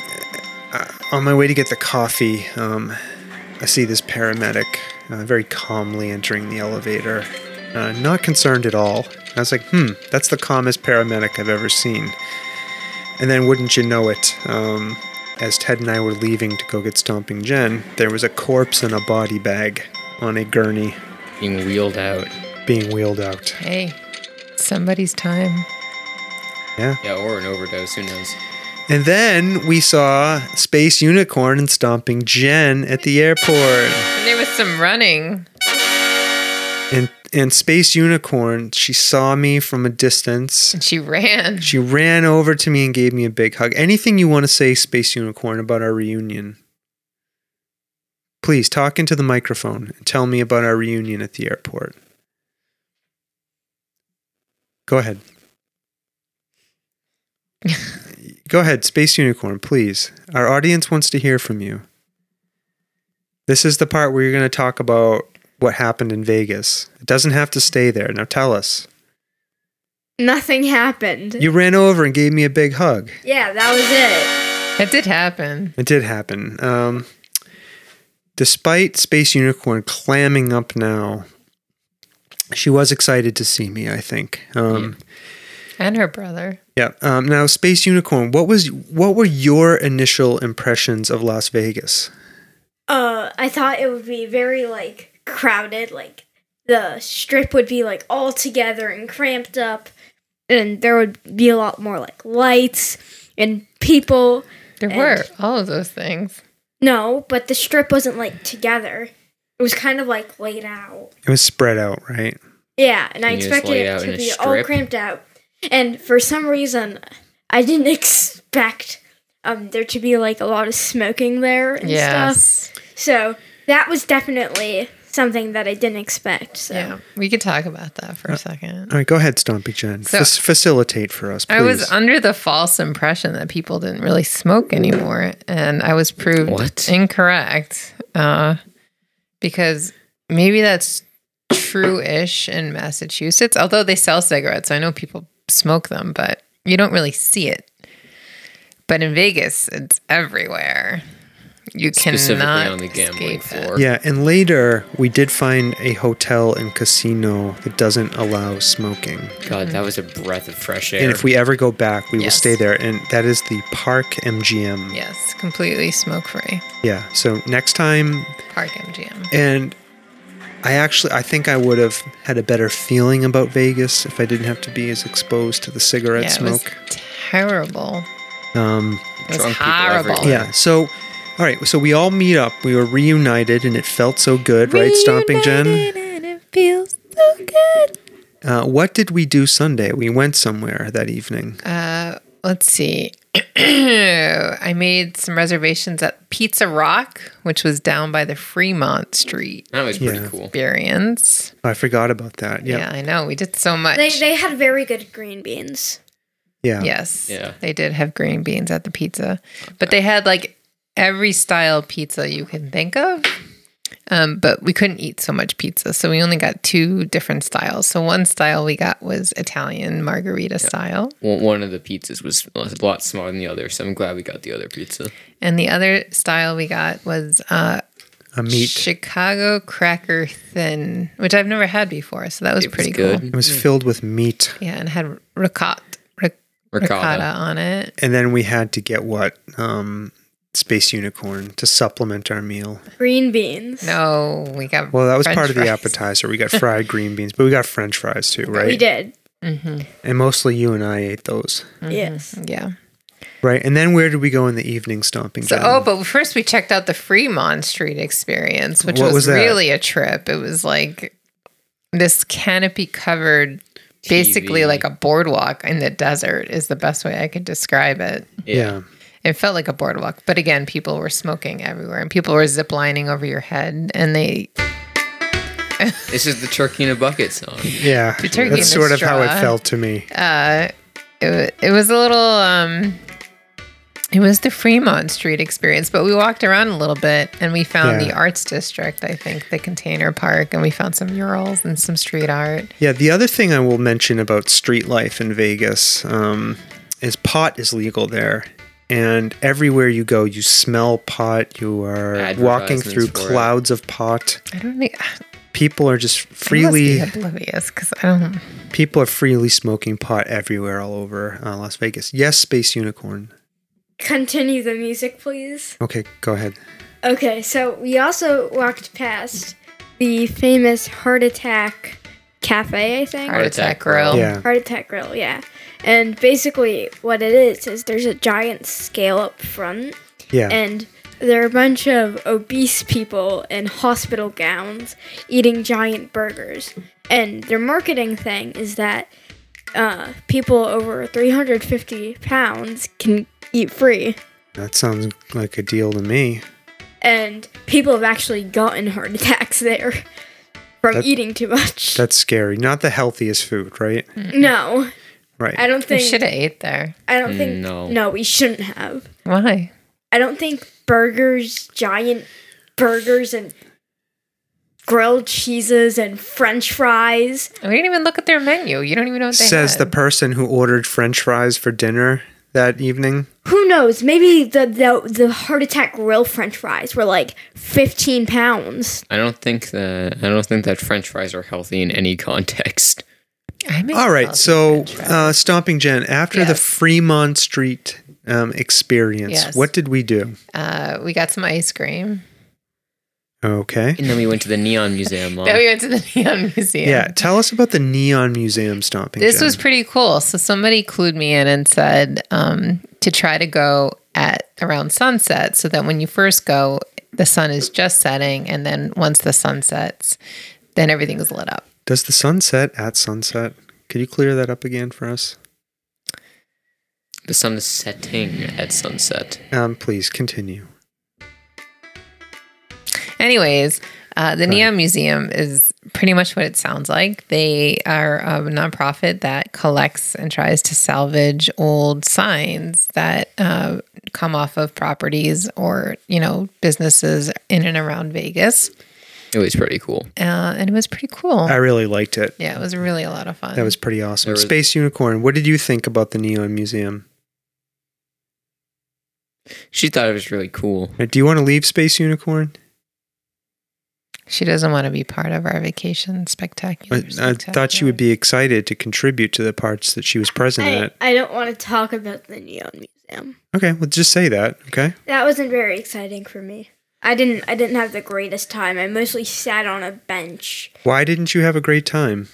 S1: uh, on my way to get the coffee. Um, I see this paramedic uh, very calmly entering the elevator, uh, not concerned at all. I was like, hmm, that's the calmest paramedic I've ever seen. And then, wouldn't you know it, um, as Ted and I were leaving to go get Stomping Jen, there was a corpse in a body bag on a gurney
S5: being wheeled out.
S1: being wheeled out.
S2: Hey, somebody's time.
S1: Yeah.
S5: Yeah, or an overdose. Who knows?
S1: And then we saw Space Unicorn and Stomping Jen at the airport.
S2: And there was some running.
S1: and and space unicorn she saw me from a distance
S2: And she ran.
S1: she ran over to me and gave me a big hug anything you want to say space unicorn about our reunion please talk into the microphone and tell me about our reunion at the airport go ahead go ahead space unicorn please our audience wants to hear from you this is the part where you're going to talk about what happened in Vegas. It doesn't have to stay there. Now tell us.
S4: Nothing happened.
S1: You ran over and gave me a big hug.
S4: yeah, that was it.
S2: It did happen.
S1: It did happen. Um, despite Space Unicorn clamming up now, she was excited to see me, I think. Um,
S2: And her brother.
S1: yeah. Um, now, Space Unicorn, what was what were your initial impressions of Las Vegas?
S4: uh I thought it would be very like crowded, like the strip would be like all together and cramped up and there would be a lot more like lights and people.
S2: There
S4: And-
S2: were all of those things.
S4: No, but the strip wasn't like together. It was kind of like laid out.
S1: It was spread out, right?
S4: Yeah, and I
S5: You just
S4: expected
S5: lay
S4: it
S5: out
S4: to
S5: in a
S4: be all
S5: strip.
S4: cramped out. And for some reason, I didn't expect um, there to be like a lot of smoking there and stuff.
S2: Yes.
S4: So that was definitely something that I didn't expect. So
S2: Yeah. We could talk about that for a second.
S1: All right, go ahead, Stompy Jen.
S2: So-
S1: Fac facilitate for us, please.
S2: I was under the false impression that people didn't really smoke anymore, and I was proved
S5: What?
S2: incorrect. Uh, because maybe that's true-ish in Massachusetts, although they sell cigarettes. I know people smoke them, but you don't really see it. But in Vegas, it's everywhere. You
S5: Specifically
S2: cannot
S5: on the gambling
S2: escape it.
S5: floor.
S1: yeah, and later we did find a hotel and casino that doesn't allow smoking.
S5: God, that was a breath of fresh air.
S1: And if we ever go back, we will
S2: Yes.
S1: stay there. And that is the Park MGM.
S2: Yes, completely smoke-free.
S1: yeah. So next time
S2: Park MGM.
S1: and I actually I think I would have had a better feeling about Vegas if I didn't have to be as exposed to the cigarette
S2: yeah,
S1: smoke.
S2: it was terrible.
S1: um,
S2: It was
S5: Drunk people everywhere.
S2: horrible.
S1: yeah. So, all right. So we all meet up. We were reunited, and it felt so good, right? Stomping Jen. Uh, what did we do Sunday? We went somewhere that evening.
S2: Uh, let's see. I made some reservations at Pizza Rock, which was down by the Fremont Street
S5: that was pretty
S1: Yeah.
S5: cool.
S2: experience.
S1: I forgot about that.
S2: Yeah,
S1: Yeah.
S2: I know. We did so much.
S4: they they had very good green beans.
S1: Yeah.
S2: yes.
S5: Yeah.
S2: They did have green beans at the pizza, but they had like every style pizza you can think of. Um, but we couldn't eat so much pizza, so we only got two different styles. So one style we got was Italian margarita style,
S5: One one of the pizzas was a lot smaller than the other, so I'm glad we got the other pizza.
S2: and the other style we got was uh,
S1: A meat.
S2: Chicago cracker thin, which I've never had before, so that was
S5: It was
S2: pretty
S5: good.
S2: cool.
S1: It was filled with meat,
S2: Yeah, and it had ricotta, ric-
S5: Ricotta.
S2: ricotta on it.
S1: and then we had to get what um, space unicorn to supplement our meal.
S4: Green beans.
S2: No, we got
S1: Well, that was
S2: French
S1: part of the
S2: fries.
S1: appetizer. We got fried green beans, but we got French fries too, right?
S4: We did.
S1: And mostly you and I ate those,
S5: Mm-hmm.
S4: Yes.
S2: Yeah.
S1: right? And then where did we go in the evening stomping?
S2: So,
S1: Jen?
S2: oh, but first we checked out the Fremont Street experience, which
S1: What
S2: was,
S1: was that?
S2: really a trip. It was like this canopy covered, basically
S5: TV.
S2: like a boardwalk in the desert, is the best way I could describe it.
S1: yeah.
S2: It felt like a boardwalk, but again, people were smoking everywhere, and people were ziplining over your head, and they
S5: This is the turkey in a bucket song.
S1: Yeah.
S2: The turkey
S1: That's
S2: in the
S1: sort of how it
S2: straw.
S1: felt to me.
S2: it, wa- it was a little um it was the Fremont Street experience, but we walked around a little bit and we found
S1: Yeah.
S2: the arts district, I think, the container park, and we found some murals and some street art.
S1: Yeah. The other thing I will mention about street life in Vegas um, is pot is legal there. And everywhere you go, you smell pot. You are walking
S5: Advertisements
S1: through
S5: for it.
S1: clouds of pot.
S2: I don't think
S1: People are just freely.
S2: really oblivious because I don't
S1: People are freely smoking pot everywhere, all over uh, Las Vegas. Yes, Space Unicorn.
S4: Continue the music, please.
S1: Okay, go ahead.
S4: Okay, so we also walked past the famous Heart Attack Cafe, I think.
S2: Heart
S5: Heart
S2: Attack
S5: Attack
S2: Grill.
S5: Grill.
S1: Yeah.
S4: Heart Attack Grill, yeah. And basically, what it is is there's a giant scale up front,
S1: Yeah.
S4: and there are a bunch of obese people in hospital gowns eating giant burgers. And their marketing thing is that uh, people over 350 pounds can eat free.
S1: that sounds like a deal to me.
S4: and people have actually gotten heart attacks there from
S1: That-
S4: eating too much.
S1: That's scary. Not the healthiest food, right?
S2: Mm.
S4: no,
S1: Right.
S4: I don't
S2: We
S4: think.
S2: should have ate there.
S4: I don't think.
S5: No.
S4: No, we shouldn't have.
S2: Why?
S4: I don't think burgers, giant burgers, and grilled cheeses and French fries.
S2: We didn't even look at their menu. You don't even know what they
S1: Says the
S2: had.
S1: person who ordered French fries for dinner that evening.
S4: Who knows? Maybe the the, the heart attack grill French fries were like fifteen pounds.
S5: I don't think that I don't think that French fries are healthy in any context.
S2: I make
S1: All right.
S2: healthy
S1: So,
S2: french fries.
S1: uh, Stomping Jen, after the
S2: Yes.
S1: Fremont Street um, experience,
S2: Yes.
S1: what did we do?
S2: uh, we got some ice cream.
S1: Okay.
S5: And then we went to the Neon Museum. um, Mom.
S2: Then we went to the Neon Museum.
S1: Yeah. Tell us about the Neon Museum stomping.
S2: This
S1: Jen.
S2: was pretty cool. So somebody clued me in and said um, to try to go at around sunset so that when you first go, the sun is just setting, and then once the sun sets, then everything is lit up.
S1: Does the sun set at sunset? Could you clear that up again for us?
S5: The sun is setting at sunset.
S1: Um, please continue.
S2: Anyways, uh, the Neon Museum is pretty much what it sounds like. They are a nonprofit that collects and tries to salvage old signs that uh, come off of properties or you know businesses in and around Vegas.
S5: It was pretty cool.
S2: uh, and it was pretty cool.
S1: I really liked it.
S2: yeah, it was really a lot of fun.
S1: That was pretty awesome.
S5: There was-
S1: Space Unicorn, what did you think about the Neon Museum?
S5: She thought it was really cool.
S1: Uh, Do you want to leave Space Unicorn?
S2: she doesn't want to be part of our vacation spectacular.
S1: I, I thought she would be excited to contribute to the parts that she was present
S4: I,
S1: at.
S4: I don't want to talk about the Neon Museum.
S1: Okay, well, just say that. Okay.
S4: That wasn't very exciting for me. I didn't I didn't have the greatest time. I mostly sat on a bench.
S1: Why didn't you have a great time?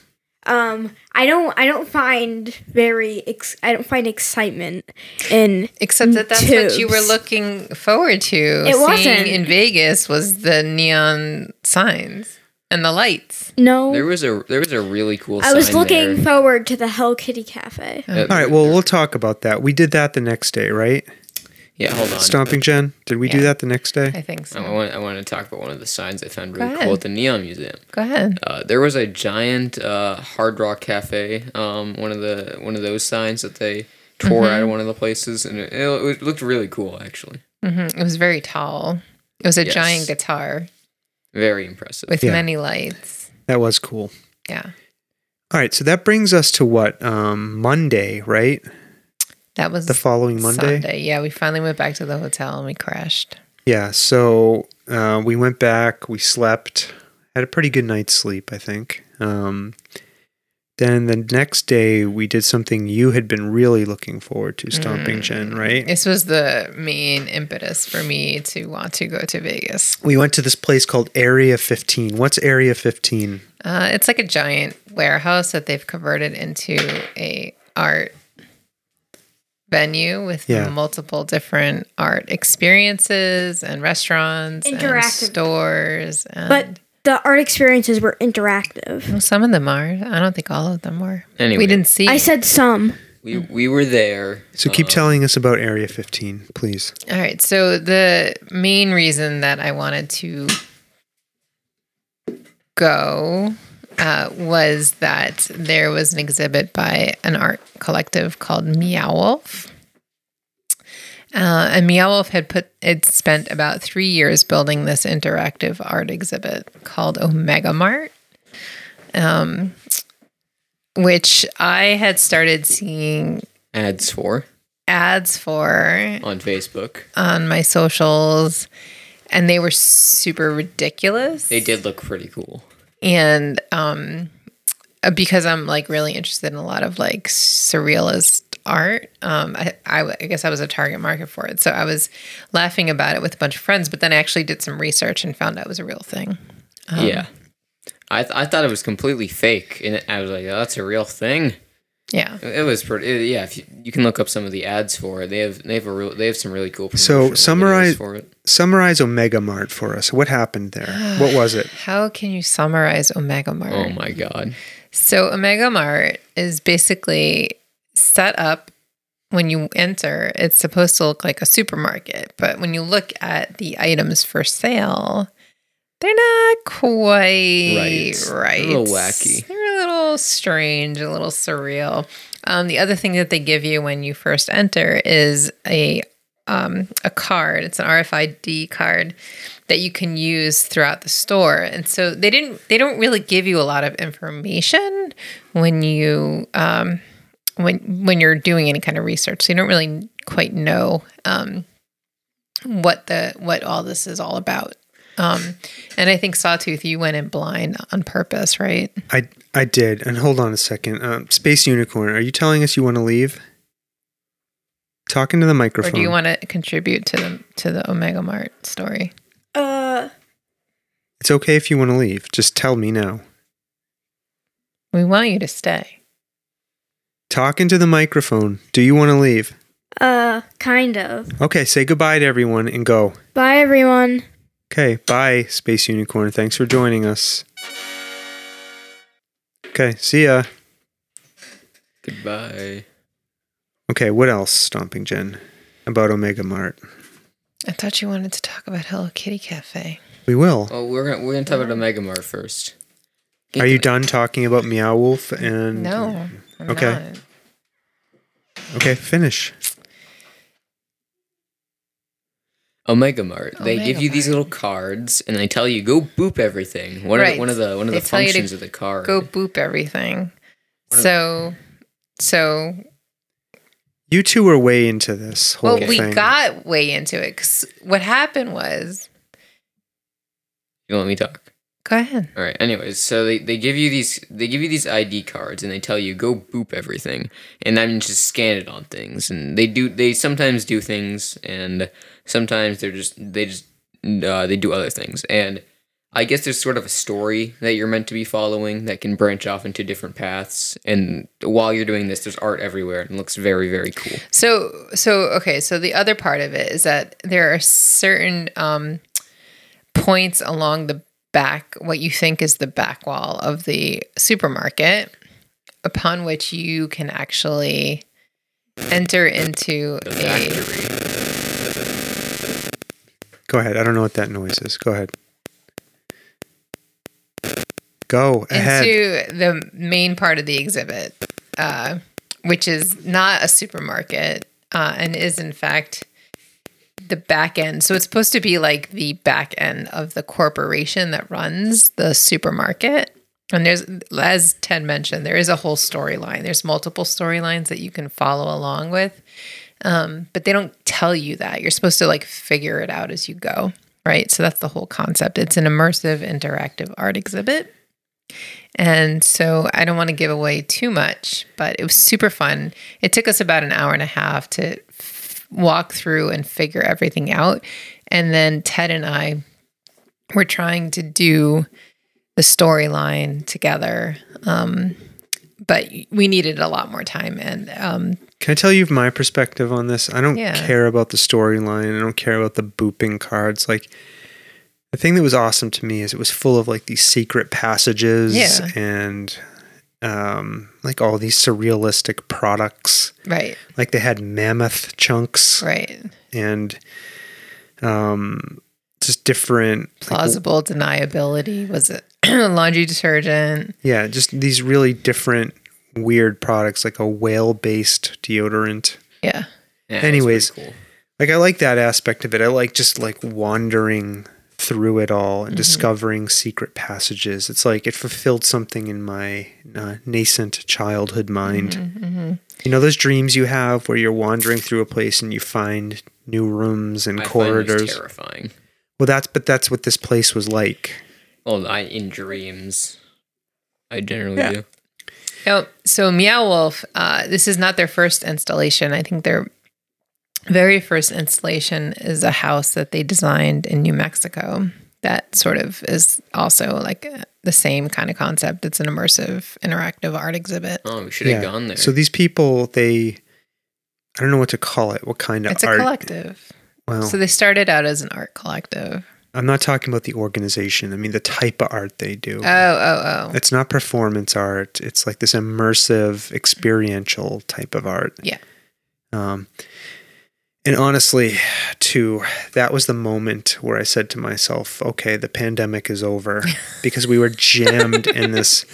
S4: Um I don't I don't find very ex- I don't find excitement in
S2: Except that that's what you were
S4: Tubes.
S2: looking forward to.
S4: It
S2: seeing
S4: wasn't.
S2: in Vegas was the neon signs and the lights.
S4: no
S5: There was a there was a really cool.
S4: I was
S5: sign
S4: looking
S5: there.
S4: forward to the Hell Kitty Cafe.
S5: Uh,
S1: All right, well, we'll talk about that. We did that the next day, right?
S5: yeah, hold on.
S1: Stomping Jen? Did we do
S2: Yeah.
S1: that the next day?
S2: I think so.
S5: I want I want to talk about one of the signs I found
S2: Go
S5: really
S2: ahead.
S5: cool at the Neon Museum.
S2: Go ahead.
S5: Uh, there was a giant uh, Hard Rock Cafe, um, one of the one of those signs that they tore out of one of the places, and it, it looked really cool actually.
S2: hmm It was very tall. It was a
S5: Yes.
S2: giant guitar
S5: Very impressive.
S2: with
S1: Yeah.
S2: many lights.
S1: That was cool.
S2: Yeah,
S1: All right, so that brings us to what? Um, Monday, right?
S2: that was
S1: The following Monday?
S2: Sunday. Yeah, we finally went back to the hotel and we crashed.
S1: Yeah, so uh, we went back, we slept, had a pretty good night's sleep, I think. Um, then the next day, we did something you had been really looking forward to, Stomping Jen, right?
S2: This was the main impetus for me to want to go to Vegas.
S1: We went to this place called Area 15. What's Area 15?
S2: Uh, it's like a giant warehouse that they've converted into a art venue with
S1: Yeah.
S2: multiple different art experiences and restaurants and
S4: Interactive.
S2: stores. And
S4: But the art experiences were interactive.
S2: Well, some of them are. I don't think all of them were.
S5: Anyway.
S2: we didn't see.
S4: I said some.
S5: We we were there. uh,
S1: So keep telling us about Area 15, please.
S2: All right. So the main reason that I wanted to go uh, was that there was an exhibit by an art collective called Meow Wolf. Uh, and Meow Wolf had put it spent about three years building this interactive art exhibit called Omega Mart, um, which I had started seeing
S5: ads for
S2: ads for
S5: on Facebook.
S2: on my socials and they were super ridiculous.
S5: They did look pretty cool.
S2: And um uh, because I'm like really interested in a lot of like surrealist art, um I, I w- I guess I was a target market for it. So I was laughing about it with a bunch of friends, but then I actually did some research and found out it was a real thing.
S1: Uh-huh.
S5: yeah, I th- I thought it was completely fake, and I was like, oh, that's a real thing.
S2: Yeah.
S5: It was pretty. It, yeah, if you, you can look up some of the ads for it, they have they have a real they have some really cool.
S1: So
S5: promotional videos
S1: summarize-
S5: for it.
S1: Summarize Omega Mart for us. What happened there? What was it?
S2: How can you summarize Omega Mart?
S5: Oh my god.
S2: So Omega Mart is basically set up when you enter, it's supposed to look like a supermarket, but when you look at the items for sale, they're not quite
S5: Right.
S2: right.
S5: A little wacky.
S2: They're a little strange, a little surreal. Um, the other thing that they give you when you first enter is a um, a card. It's an RFID card that you can use throughout the store. And so they didn't they don't really give you a lot of information when you um, when when you're doing any kind of research. So you don't really quite know um, what the what all this is all about. Um, and I think Sawtooth, you went in blind on purpose, right?
S1: I, I did. And hold on a second. Um, Space Unicorn, are you telling us you want to leave? Talking to the
S2: Or
S1: microphone.
S2: do you want to contribute to the to the Omega Mart story?
S4: Uh
S1: It's okay if you want to leave. Just tell me now.
S2: We want you to stay.
S1: Talk into the microphone. Do you want to leave?
S4: Uh, kind of.
S1: Okay, say goodbye to everyone and go.
S4: Bye, everyone.
S1: Okay, bye, Space Unicorn. Thanks for joining us. Okay, see ya.
S5: Goodbye.
S1: Okay, what else, Stomping Jen, about Omega Mart?
S2: I thought you wanted to talk about Hello Kitty Cafe.
S1: We will.
S5: Well, Oh, we're gonna we're gonna talk about Omega Mart first.
S1: Are you done talking about Meow Wolf and.
S2: No. I'm
S1: Okay.
S2: not.
S1: Okay, finish.
S5: Omega Mart. Oh, They give
S2: Omega
S5: you these
S2: Mart.
S5: little cards, and they tell you go boop everything. One of
S2: Right.
S5: the, one of the one of
S2: They
S5: the
S2: tell you to
S5: functions of the card.
S2: Go boop everything. So, so
S1: You two are way into this whole
S2: Well,
S1: thing.
S2: we got way into it because what happened was.
S5: You let me talk.
S2: Go ahead.
S5: All right. Anyways, so they, they give you these they give you these ID cards, and they tell you go boop everything, and that means just scan it on things. And they do they sometimes do things, and sometimes they're just they just uh, they do other things. And I guess there's sort of a story that you're meant to be following that can branch off into different paths. And while you're doing this, there's art everywhere, and it looks very very cool.
S2: So, so okay. So the other part of it is that there are certain um, points along the back, what you think is the back wall of the supermarket, upon which you can actually enter into
S5: The
S2: a.
S5: factory.
S1: Go ahead. I don't know what that noise is. Go ahead. Go ahead.
S2: into the main part of the exhibit, uh, which is not a supermarket uh, and is in fact the back end. So it's supposed to be like the back end of the corporation that runs the supermarket. And there's, as Ted mentioned, there is a whole storyline. There's multiple storylines that you can follow along with, um, but they don't tell you that. You're supposed to like figure it out as you go, right? So that's the whole concept. It's an immersive, interactive art exhibit. And so I don't want to give away too much, but it was super fun. It took us about an hour and a half to f- walk through and figure everything out. And then Ted and I were trying to do the storyline together. Um, but we needed a lot more time. And um,
S1: Can I tell you my perspective on this? I don't
S2: Yeah.
S1: care about the storyline. I don't care about the booping cards. Like the thing that was awesome to me is it was full of like these secret passages
S2: Yeah.
S1: and um, like all these surrealistic products.
S2: right,
S1: Like they had mammoth chunks
S2: right.
S1: and um, just different like,
S2: Plausible deniability was it laundry detergent?
S1: Yeah, just these really different weird products like a whale based deodorant.
S2: Yeah.
S5: Yeah, it's pretty
S1: Anyways.
S5: cool.
S1: Like I like that aspect of it. I like just like wandering through it all
S2: Mm-hmm.
S1: and discovering secret passages. It's like it fulfilled something in my uh, nascent childhood mind.
S2: Mm-hmm,
S1: You know those dreams you have where you're wandering through a place and you find new rooms and
S5: I find those
S1: corridors.
S5: terrifying.
S1: Well, that's but that's what this place was like.
S5: Well, I in dreams, I generally do.
S2: Now, so Meow Wolf, uh, this is not their first installation. I think their very first installation is a house that they designed in New Mexico. That sort of is also like uh, the same kind of concept. It's an immersive, interactive art exhibit.
S5: Oh, we should have
S1: Yeah.
S5: gone there.
S1: So these people, they, I don't know what to call it. What kind of
S2: It's a
S1: art? Oh.
S2: collective.
S1: well,
S2: So they started out as an art collective.
S1: I'm not talking about the organization. I mean the type of art they do.
S2: Oh, oh, oh.
S1: it's not performance art. It's like this immersive, experiential type of art.
S2: Yeah.
S1: Um, and honestly, too, that was the moment where I said to myself, "Okay, the pandemic is over," because we were jammed in this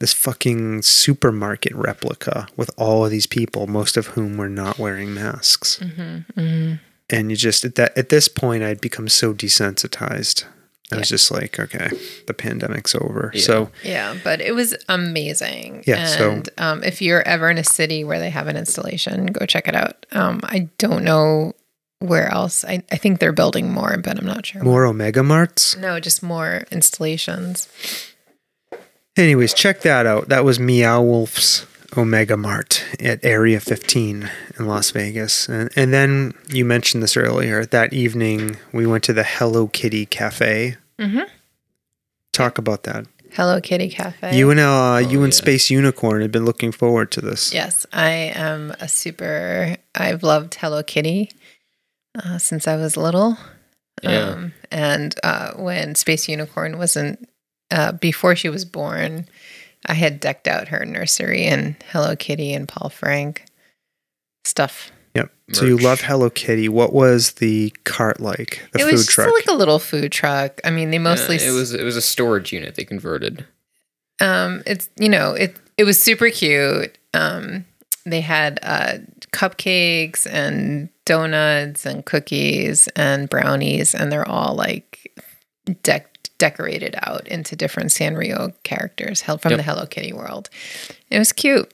S1: this fucking supermarket replica with all of these people, most of whom were not wearing masks. And you just at that at this point, I'd become so desensitized. I was just like, okay, the pandemic's over.
S5: Yeah.
S1: So
S2: Yeah, but it was amazing.
S1: Yeah, so-
S2: And um, if you're ever in a city where they have an installation, go check it out. Um, I don't know where else. I, I think they're building more, but I'm not sure.
S1: more Omega Marts.
S2: No, just more installations.
S1: Anyways, check that out. That was Meow Wolf's Omega Mart at Area 15 in Las Vegas. And, and then you mentioned this earlier. That evening, we went to the Hello Kitty Cafe. talk about that.
S2: Mm-hmm. Hello Kitty Cafe.
S1: You and uh, you and
S5: yeah.
S1: Space Unicorn had been looking forward to this.
S2: yes, I am a super. I've loved Hello Kitty uh, since I was little.
S5: Yeah.
S2: Um, and uh, when Space Unicorn wasn't, uh, before she was born, I had decked out her nursery in Hello Kitty and Paul Frank stuff.
S1: Yep. So you
S5: Merch.
S1: love Hello Kitty. What was the cart like? The
S2: it
S1: food
S2: was just
S1: truck.
S2: like a little food truck. I mean, they mostly
S5: Yeah, Uh, it was it was a storage unit they converted.
S2: um it's you know it it was super cute um they had uh cupcakes and donuts and cookies and brownies and they're all like dec decorated out into different sanrio characters held from
S5: Yep.
S2: the hello kitty world it was cute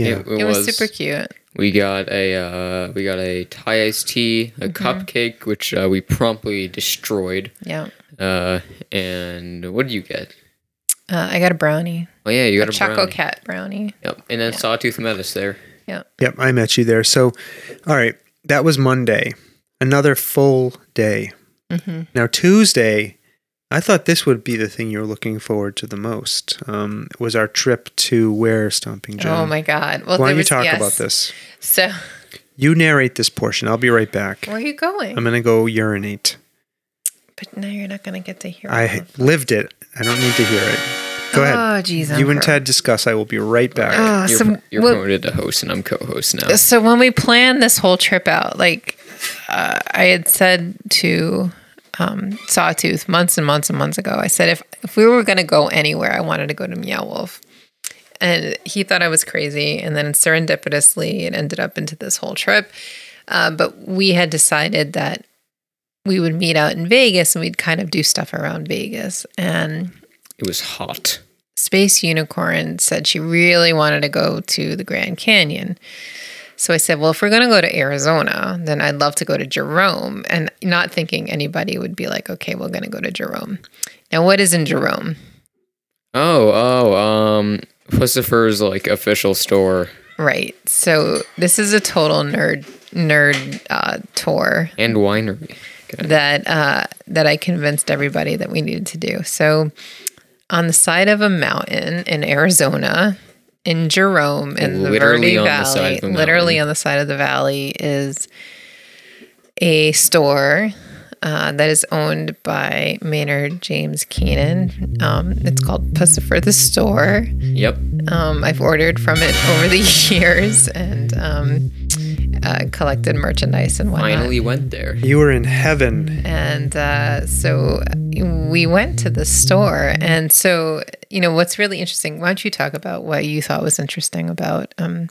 S1: yeah.
S5: It,
S2: it,
S5: it
S2: was,
S5: was,
S2: super cute
S5: We got a uh, we got a Thai iced tea, a
S2: Mm-hmm.
S5: cupcake, which uh, we promptly destroyed.
S2: yeah
S5: Uh, and what did you get?
S2: uh, i got a brownie
S5: Oh yeah, you got a,
S2: choco
S5: brownie.
S2: cat brownie
S5: Yep, and then Sawtooth met us there.
S2: yeah
S1: Yep, I met you there. So, all right, that was Monday. Another full day.
S2: Oh
S1: Now Tuesday, I thought this would be the thing you were looking forward to the most. Um, was our trip to where Stomping John?
S2: oh my god well
S1: Why don't you
S2: there was-
S1: talk
S2: yes.
S1: about this?
S2: so
S1: You narrate this portion. I'll be right back.
S2: where are you going
S1: I'm gonna go urinate.
S2: but now you're not gonna get to hear all
S1: I
S2: of-
S1: lived it. I don't need to hear it. Go
S2: oh
S1: ahead.
S2: jeez
S1: you and
S2: Emperor.
S1: Ted discuss. I will be right back.
S2: Ah,
S5: you're
S2: so,
S5: you're
S2: what-
S5: promoted to host, and I'm co-host now.
S2: so when we planned this whole trip out, like uh, I had said to um, Sawtooth months and months and months ago, I said if if we were going to go anywhere, I wanted to go to Meow Wolf, and he thought I was crazy, and then serendipitously it ended up into this whole trip. Uh, but we had decided that we would meet out in Vegas and we'd kind of do stuff around Vegas, and
S5: It was hot.
S2: Space Unicorn said she really wanted to go to the Grand Canyon. So I said, well, if we're going to go to Arizona, then I'd love to go to Jerome. And not thinking anybody would be like, okay, we're going to go to Jerome. Now, what is in Jerome?
S5: Oh, oh, um, Pussifer's like official store
S2: Right. So this is a total nerd nerd uh, tour
S5: and winery. Okay.
S2: that uh, that I convinced everybody that we needed to do. So on the side of a mountain in Arizona, in Jerome, in the
S5: Literally
S2: Verde
S5: on the side
S2: Valley,
S5: of the
S2: literally
S5: mountain.
S2: on the side of the valley is a store. Uh, that is owned by Maynard James Keenan. Um, it's called Pussifer the Store.
S5: Yep.
S1: Uh-huh.
S2: Um, I've ordered from it over the years and um, uh, collected merchandise and whatnot
S5: Finally went
S2: Oh.
S5: there.
S1: You were in heaven.
S2: and uh, so we went to the store and so you know what's really interesting why don't you talk about what you thought was interesting about um,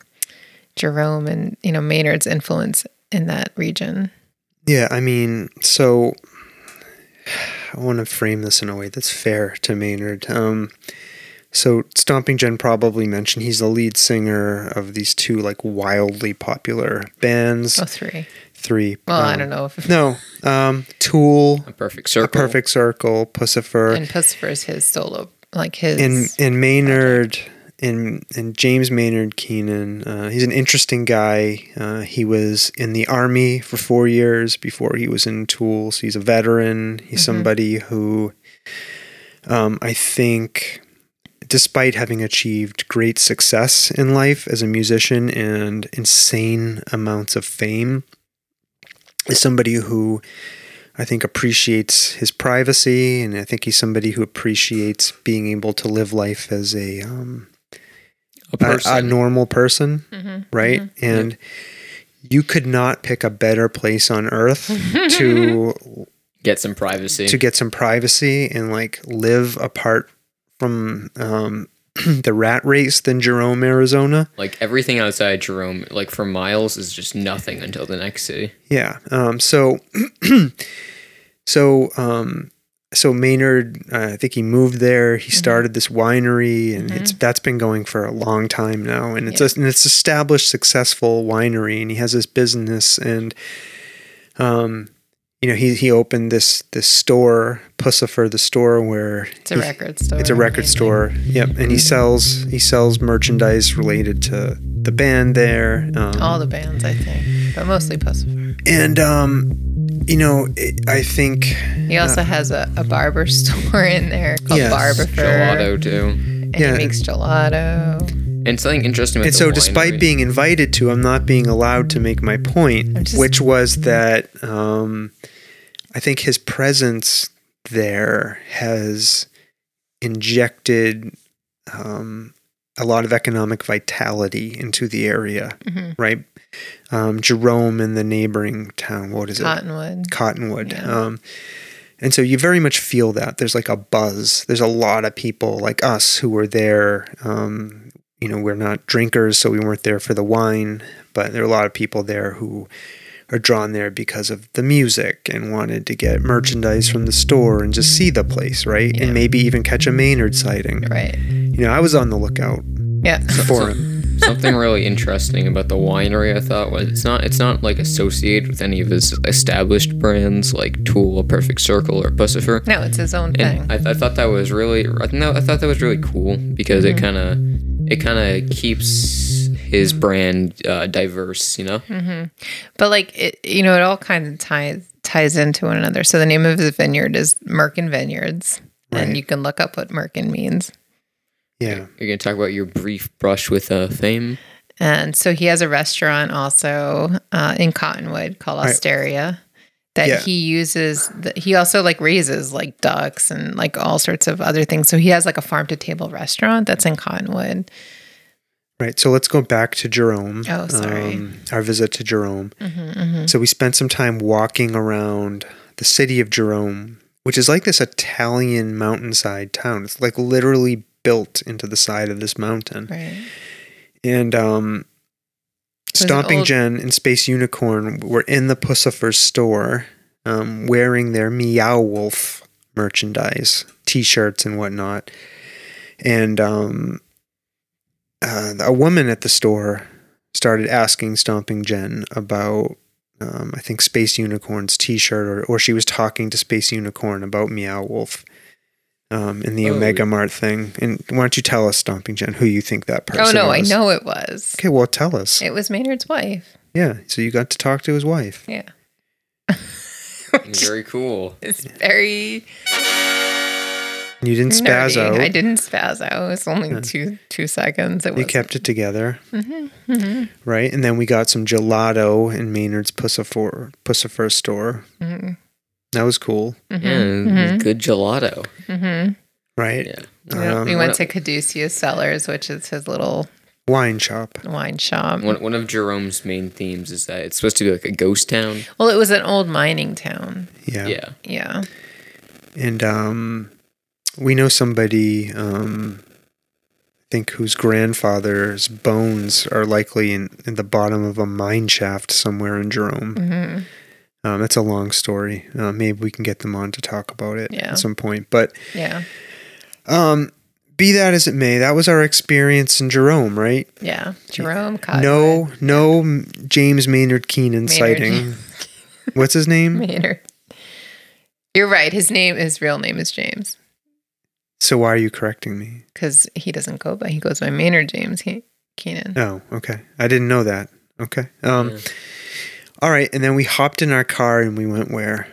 S2: jerome and you know maynard's influence in that region
S1: Yeah, I mean, so I want to frame this in a way that's fair to Maynard. Um, so Stomping Jen probably mentioned he's the lead singer of these two like wildly popular bands.
S2: oh three
S1: Three.
S2: well i
S1: um,
S2: don't know if
S1: No, um, Tool,
S5: A perfect
S1: A
S5: circle.
S1: Perfect Circle, Pussifer,
S2: and pussifer is his solo like his
S1: and and Maynard and and James Maynard Keenan. Uh, he's an interesting guy. Uh, he was in the army for four years before he was in tools. He's a veteran. He's somebody who, um, I think. Despite having achieved great success in life as a musician and insane amounts of fame, is somebody who I think appreciates his privacy, and I think he's somebody who appreciates being able to live life as a um,
S5: A
S1: a, a
S5: person.
S1: normal person,
S2: Mm-hmm.
S1: right? And you could not pick a better place on earth to
S5: Get some privacy.
S1: to get some privacy and like live apart from um, the rat race than Jerome, Arizona.
S5: like everything outside Jerome, like for miles, is just nothing until the next city.
S1: Yeah. Um, so, so, um, so Maynard, uh, I think he moved there. He started this winery, and it's that's been going for a long time now. And it's a, and it's established, successful winery, and he has this business, and um, you know, he he opened this this store, Pussifer, the store where
S2: it's a
S1: he-
S2: record store
S1: it's a record
S2: mainly.
S1: store. Yep, and he sells he sells merchandise related to the band there. Um,
S2: all the bands i think but mostly pussifer
S1: and um you know, it, I think
S2: He also has a, a barber store in there called
S1: Yes.
S2: Barber Fur,
S5: Gelato too.
S2: and
S1: Yeah.
S2: he makes gelato.
S5: And something interesting. About
S1: and
S5: the
S1: so
S5: winery-
S1: despite being invited to i'm not being allowed to make my point
S2: I'm just-
S1: which was that um, i think his presence there has injected um, a lot of economic vitality into the area
S2: Mhm.
S1: right um, jerome and the neighboring town what is it
S2: Cottonwood.
S1: Cottonwood.
S2: Yeah.
S1: Um, and so you very much feel that there's like a buzz. There's a lot of people like us who were there. Um, you know, we're not drinkers, so we weren't there for the wine, but there are a lot of people there who are drawn there because of the music and wanted to get merchandise from the store and just see the place, right?
S2: Yeah.
S1: And maybe even catch a Maynard sighting.
S2: Right.
S1: You know, I was on the lookout
S2: Yeah.
S1: for him.
S5: something really interesting about the winery I thought was it's not it's not like associated with any of his established brands like Tool, Perfect Circle, or Pussifer.
S2: No, it's his own thing.
S5: And I, I thought that was really I no, I thought that was really cool because
S1: Mm-hmm.
S5: it kind of it kind of keeps his brand uh, diverse, you know.
S2: Mm-hmm. But like it, you know, it all kind of ties ties into one another. So the name of his vineyard is Merkin Vineyards, and you can look up what Merkin means.
S1: Yeah.
S5: You're gonna talk about your brief brush with uh, fame.
S2: And so he has a restaurant also uh, in Cottonwood called
S1: Right.
S2: Osteria that
S1: Yeah.
S2: he uses. The, he also like raises like ducks and like all sorts of other things. So he has like a farm to table restaurant that's in Cottonwood.
S1: Right. So let's go back to Jerome. Um,
S2: Oh, sorry.
S1: our visit to Jerome.
S2: Mm-hmm.
S1: So we spent some time walking around the city of Jerome, which is like this Italian mountainside town. It's like literally built into the side of this mountain.
S2: Right.
S1: And um,
S2: So it's an
S1: Stomping
S2: old-
S1: Jen and Space Unicorn were in the Pussifer store um, wearing their Meow Wolf merchandise, t shirts, and whatnot. And um, uh, a woman at the store started asking Stomping Jen about, um, I think, Space Unicorn's t shirt, or, or she was talking to Space Unicorn about Meow Wolf. Um, in the
S5: Oh,
S1: Omega
S5: yeah.
S1: Mart thing, and why don't you tell us, Stomping Jen, who you think that person?
S2: Oh no, I
S1: was?
S2: know it was.
S1: Okay, well, tell us.
S2: It was Maynard's wife.
S1: Yeah, so you got to talk to his wife.
S2: Yeah.
S5: Very cool.
S2: It's very
S1: You didn't spaz
S2: nerdy.
S1: out.
S2: I didn't spaz out. It was only two two seconds. It
S1: You
S2: was Mm-hmm.
S1: kept it together, right? And then we got some gelato in Maynard's Pussifer Pussifer store.
S2: Mm-hmm.
S1: That was cool,
S5: Yeah, good gelato.
S1: right?
S5: Yeah.
S2: Mm-hmm. Yeah, we
S1: Um,
S2: went to Caduceus Cellars, which is his little
S1: Wine shop.
S2: wine shop.
S5: One, one of Jerome's main themes is that it's supposed to be like a ghost town.
S2: Well, it was an old mining town.
S1: Yeah.
S5: Yeah.
S2: Yeah.
S1: And um, we know somebody. Um, I think whose grandfather's bones are likely in, in the bottom of a mine shaft somewhere in Jerome.
S2: hmm
S1: Um, that's a long story. Uh, maybe we can get them on to talk about it
S2: Yeah.
S1: at some point. But
S2: Yeah.
S1: um, be that as it may, that was our experience in Jerome, right?
S2: Yeah. Jerome Cotton.
S1: no, no M- James Maynard Keenan
S2: Maynard
S1: sighting. What's his name?
S2: Maynard. You're right. His name, his real name is James
S1: So why are you correcting me?
S2: because he doesn't go by, he goes by Maynard James he, Keenan.
S1: Oh, okay. I didn't know that. Okay. Um, All right. And then we hopped in our car and we went where?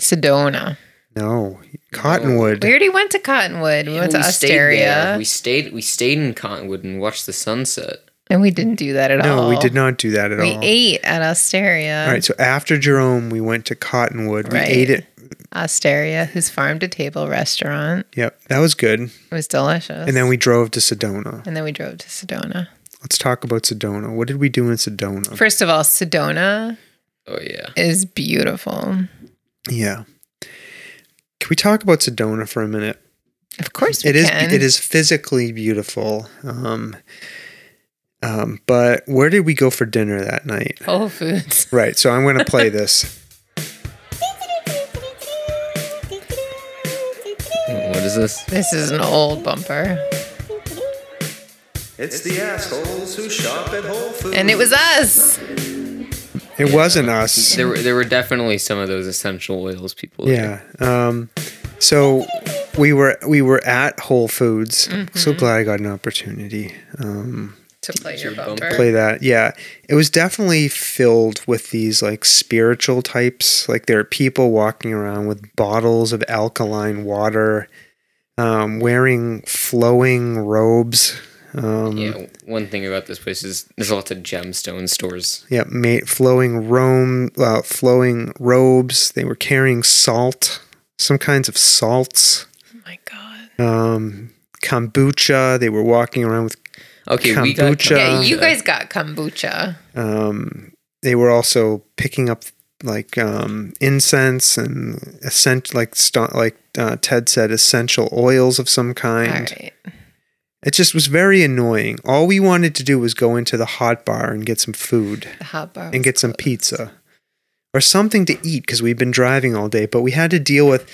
S2: Sedona.
S1: No, Cottonwood.
S2: We already went to Cottonwood. We went to
S5: Stayed there.
S2: Osteria.
S5: we stayed. We stayed in Cottonwood and watched the sunset.
S2: and we didn't do that at
S1: no,
S2: all.
S1: we did not do that at
S2: We
S1: all.
S2: ate at Osteria.
S1: all right. So after Jerome, we went to Cottonwood.
S2: Right.
S1: We ate it.
S2: Osteria, whose farm to table restaurant.
S1: Yep. That was good.
S2: It was delicious.
S1: And then we drove to Sedona.
S2: and then we drove to Sedona.
S1: Let's talk about Sedona. What did we do in Sedona?
S2: First of all, Sedona
S5: Oh yeah.
S2: is beautiful.
S1: yeah. Can we talk about Sedona for a minute?
S2: Of course, we
S1: It is
S2: can.
S1: it is physically beautiful. Um um, but where did we go for dinner that night?
S2: Whole Foods.
S1: Right, so I'm going to play this.
S5: What is this?
S2: This is an old bumper,
S6: It's the assholes who shop at Whole Foods.
S2: and it was us.
S1: It wasn't us.
S5: There were there were definitely some of those essential oils people. there.
S1: Yeah. Um, so we were we were at Whole Foods. So glad I got an opportunity. Um,
S2: to play your
S5: bumper.
S2: bumper.
S1: play that. Yeah. It was definitely filled with these like spiritual types. Like there are people walking around with bottles of alkaline water, um, wearing flowing robes. Um, yeah.
S5: Yeah, one thing about this place is there's lots of gemstone stores.
S1: ma- flowing Rome, uh, flowing robes. They were carrying salt, some kinds of salts,
S2: Oh my god.
S1: um, kombucha. They were walking around with
S5: Okay, we got
S1: Kombucha.
S2: Yeah,
S1: Uh,
S2: you guys got kombucha.
S1: um, they were also picking up like um, incense and essent like sto- like uh, Ted said essential oils of some
S2: All
S1: kind.
S2: right.
S1: It just was very annoying. All we wanted to do was go into the hot bar and get some food
S2: The hot bar.
S1: and
S2: was
S1: get some
S2: closed.
S1: pizza or something to eat because we've been driving all day. But we had to deal with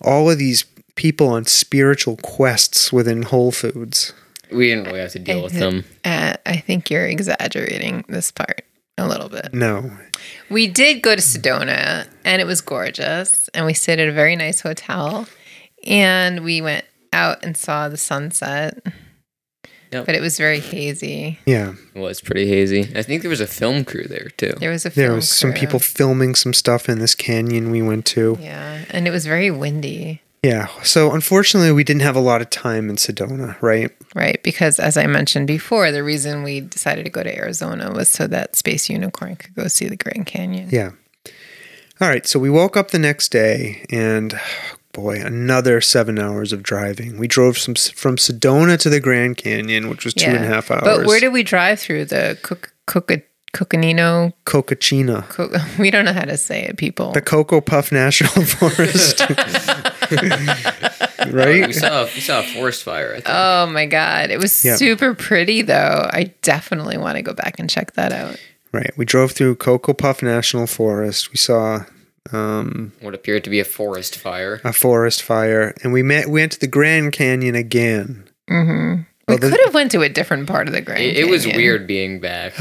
S1: all of these people on spiritual quests within Whole Foods.
S5: we didn't really have to deal with them.
S2: Uh, I think you're exaggerating this part a little bit.
S1: No,
S2: We did go to Sedona and it was gorgeous. And we stayed at a very nice hotel and we went out and saw the sunset.
S5: Yep.
S2: But it was very hazy.
S1: yeah.
S5: It was pretty hazy. I think there was a film crew there too.
S2: There was a
S1: There
S2: film
S1: was some
S2: crew.
S1: people filming some stuff in this canyon we went to.
S2: Yeah. And it was very windy,
S1: Yeah. So unfortunately, we didn't have a lot of time in Sedona, right?
S2: right? Because as I mentioned before, the reason we decided to go to Arizona was so that Space Unicorn could go see the Grand Canyon.
S1: Yeah. All right. So we woke up the next day and boy, another seven hours of driving. We drove some, from Sedona to the Grand Canyon, which was two and a half hours.
S2: But where did we drive through the Cook Cook Coconino?
S1: Cocachina?
S2: Co- we don't know how to say it, people.
S1: The Cocoa Puff National Forest.
S5: We
S1: right?
S5: saw we saw a forest fire. I think.
S2: Oh my god, it was
S1: Yeah.
S2: super pretty though. I definitely want to go back and check that out.
S1: Right. We drove through Cocoa Puff National Forest. We saw
S5: what appeared to be a forest fire.
S1: a forest fire and we met went to the Grand Canyon again.
S2: We
S1: the-
S2: could have went to a different part of the Grand.
S5: It, it was
S2: Canyon.
S5: weird being back.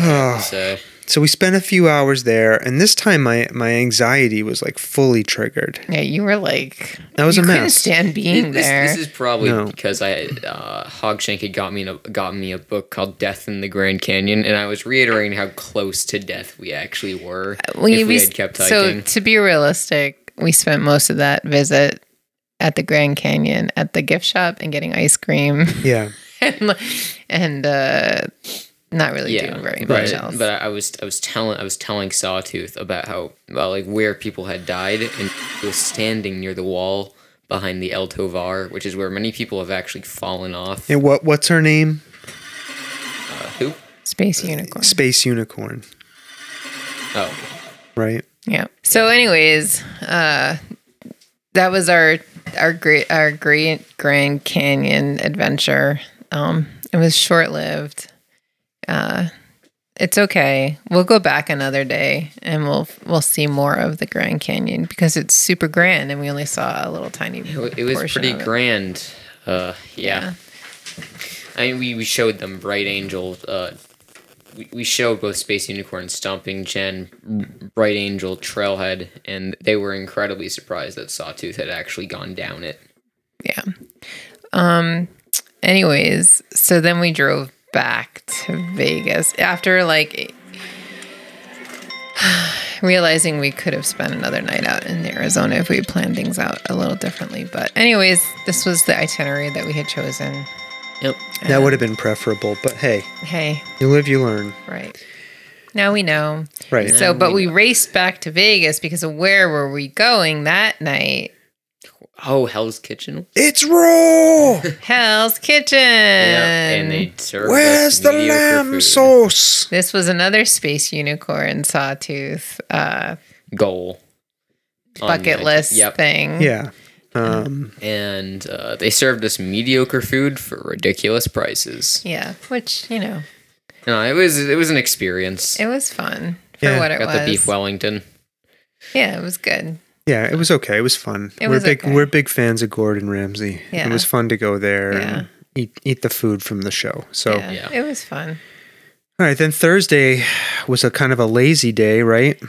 S5: so
S1: So we spent a few hours there, and this time my my anxiety was like fully triggered.
S2: Yeah, you were like
S1: That was
S2: you
S1: a
S2: couldn't
S1: mess.
S2: stand being
S5: this,
S2: there.
S5: this is probably
S1: No.
S5: because I uh, Hogshank had got me in a, got me a book called Death in the Grand Canyon, and I was reiterating how close to death we actually were
S2: we,
S5: if we
S2: we-
S5: had kept
S2: so
S5: hiking.
S2: to be realistic, we spent most of that visit at the Grand Canyon at the gift shop and getting ice cream
S1: Yeah,
S2: and, and uh, not really doing very
S5: but,
S2: much else.
S5: But I was I was telling I was telling Sawtooth about how about like where people had died, and he was standing near the wall behind the El Tovar, which is where many people have actually fallen off.
S1: and what what's her name?
S5: Who?
S2: Space unicorn.
S1: Space Unicorn,
S5: Oh,
S1: right?
S2: Yeah. So, anyways, uh, that was our our great our great Grand Canyon adventure. Um, it was short lived. Uh, it's okay. We'll go back another day and we'll we'll see more of the Grand Canyon because it's super grand and we only saw a little tiny.
S5: it was
S2: portion
S5: pretty
S2: of it.
S5: grand. Uh, yeah. I mean, we, we showed them Bright Angel. Uh, we, we showed both Space Unicorn, Stomping Jen, Bright Angel, Trailhead, and they were incredibly surprised that Sawtooth had actually gone down it.
S2: Yeah. Um anyways, so then we drove back to Vegas after like realizing we could have spent another night out in Arizona if we had planned things out a little differently. But anyways, this was the itinerary that we had chosen.
S5: Yep.
S1: That would have been preferable, but hey,
S2: Hey,
S1: you live, you learn,
S2: right. Now we know.
S1: right?
S2: So but we raced back to Vegas because of where were we going that night?
S5: Oh, Hell's Kitchen.
S1: It's raw.
S2: Hell's Kitchen.
S5: and they served
S1: Where's
S5: us
S1: the
S5: mediocre
S1: lamb
S5: food.
S1: sauce?
S2: This was another space unicorn sawtooth uh,
S5: goal on
S2: bucket
S5: the-
S2: list
S5: Yep.
S2: thing.
S1: Yeah. Um,
S5: And uh, they served us mediocre food for ridiculous prices.
S2: Yeah, which you know,
S5: No, it was it was an experience.
S2: it was fun for
S1: Yeah.
S2: what it
S5: Got
S2: was.
S5: the beef Wellington.
S2: yeah, it was good.
S1: yeah, it was okay. It was fun.
S2: It
S1: we're
S2: was
S1: big
S2: okay.
S1: we're big fans of Gordon Ramsay.
S2: Yeah.
S1: It was fun to go there
S2: Yeah.
S1: and eat eat the food from the show. So
S2: yeah,
S5: yeah.
S2: it was fun.
S1: all right, then Thursday was a kind of a lazy day, right?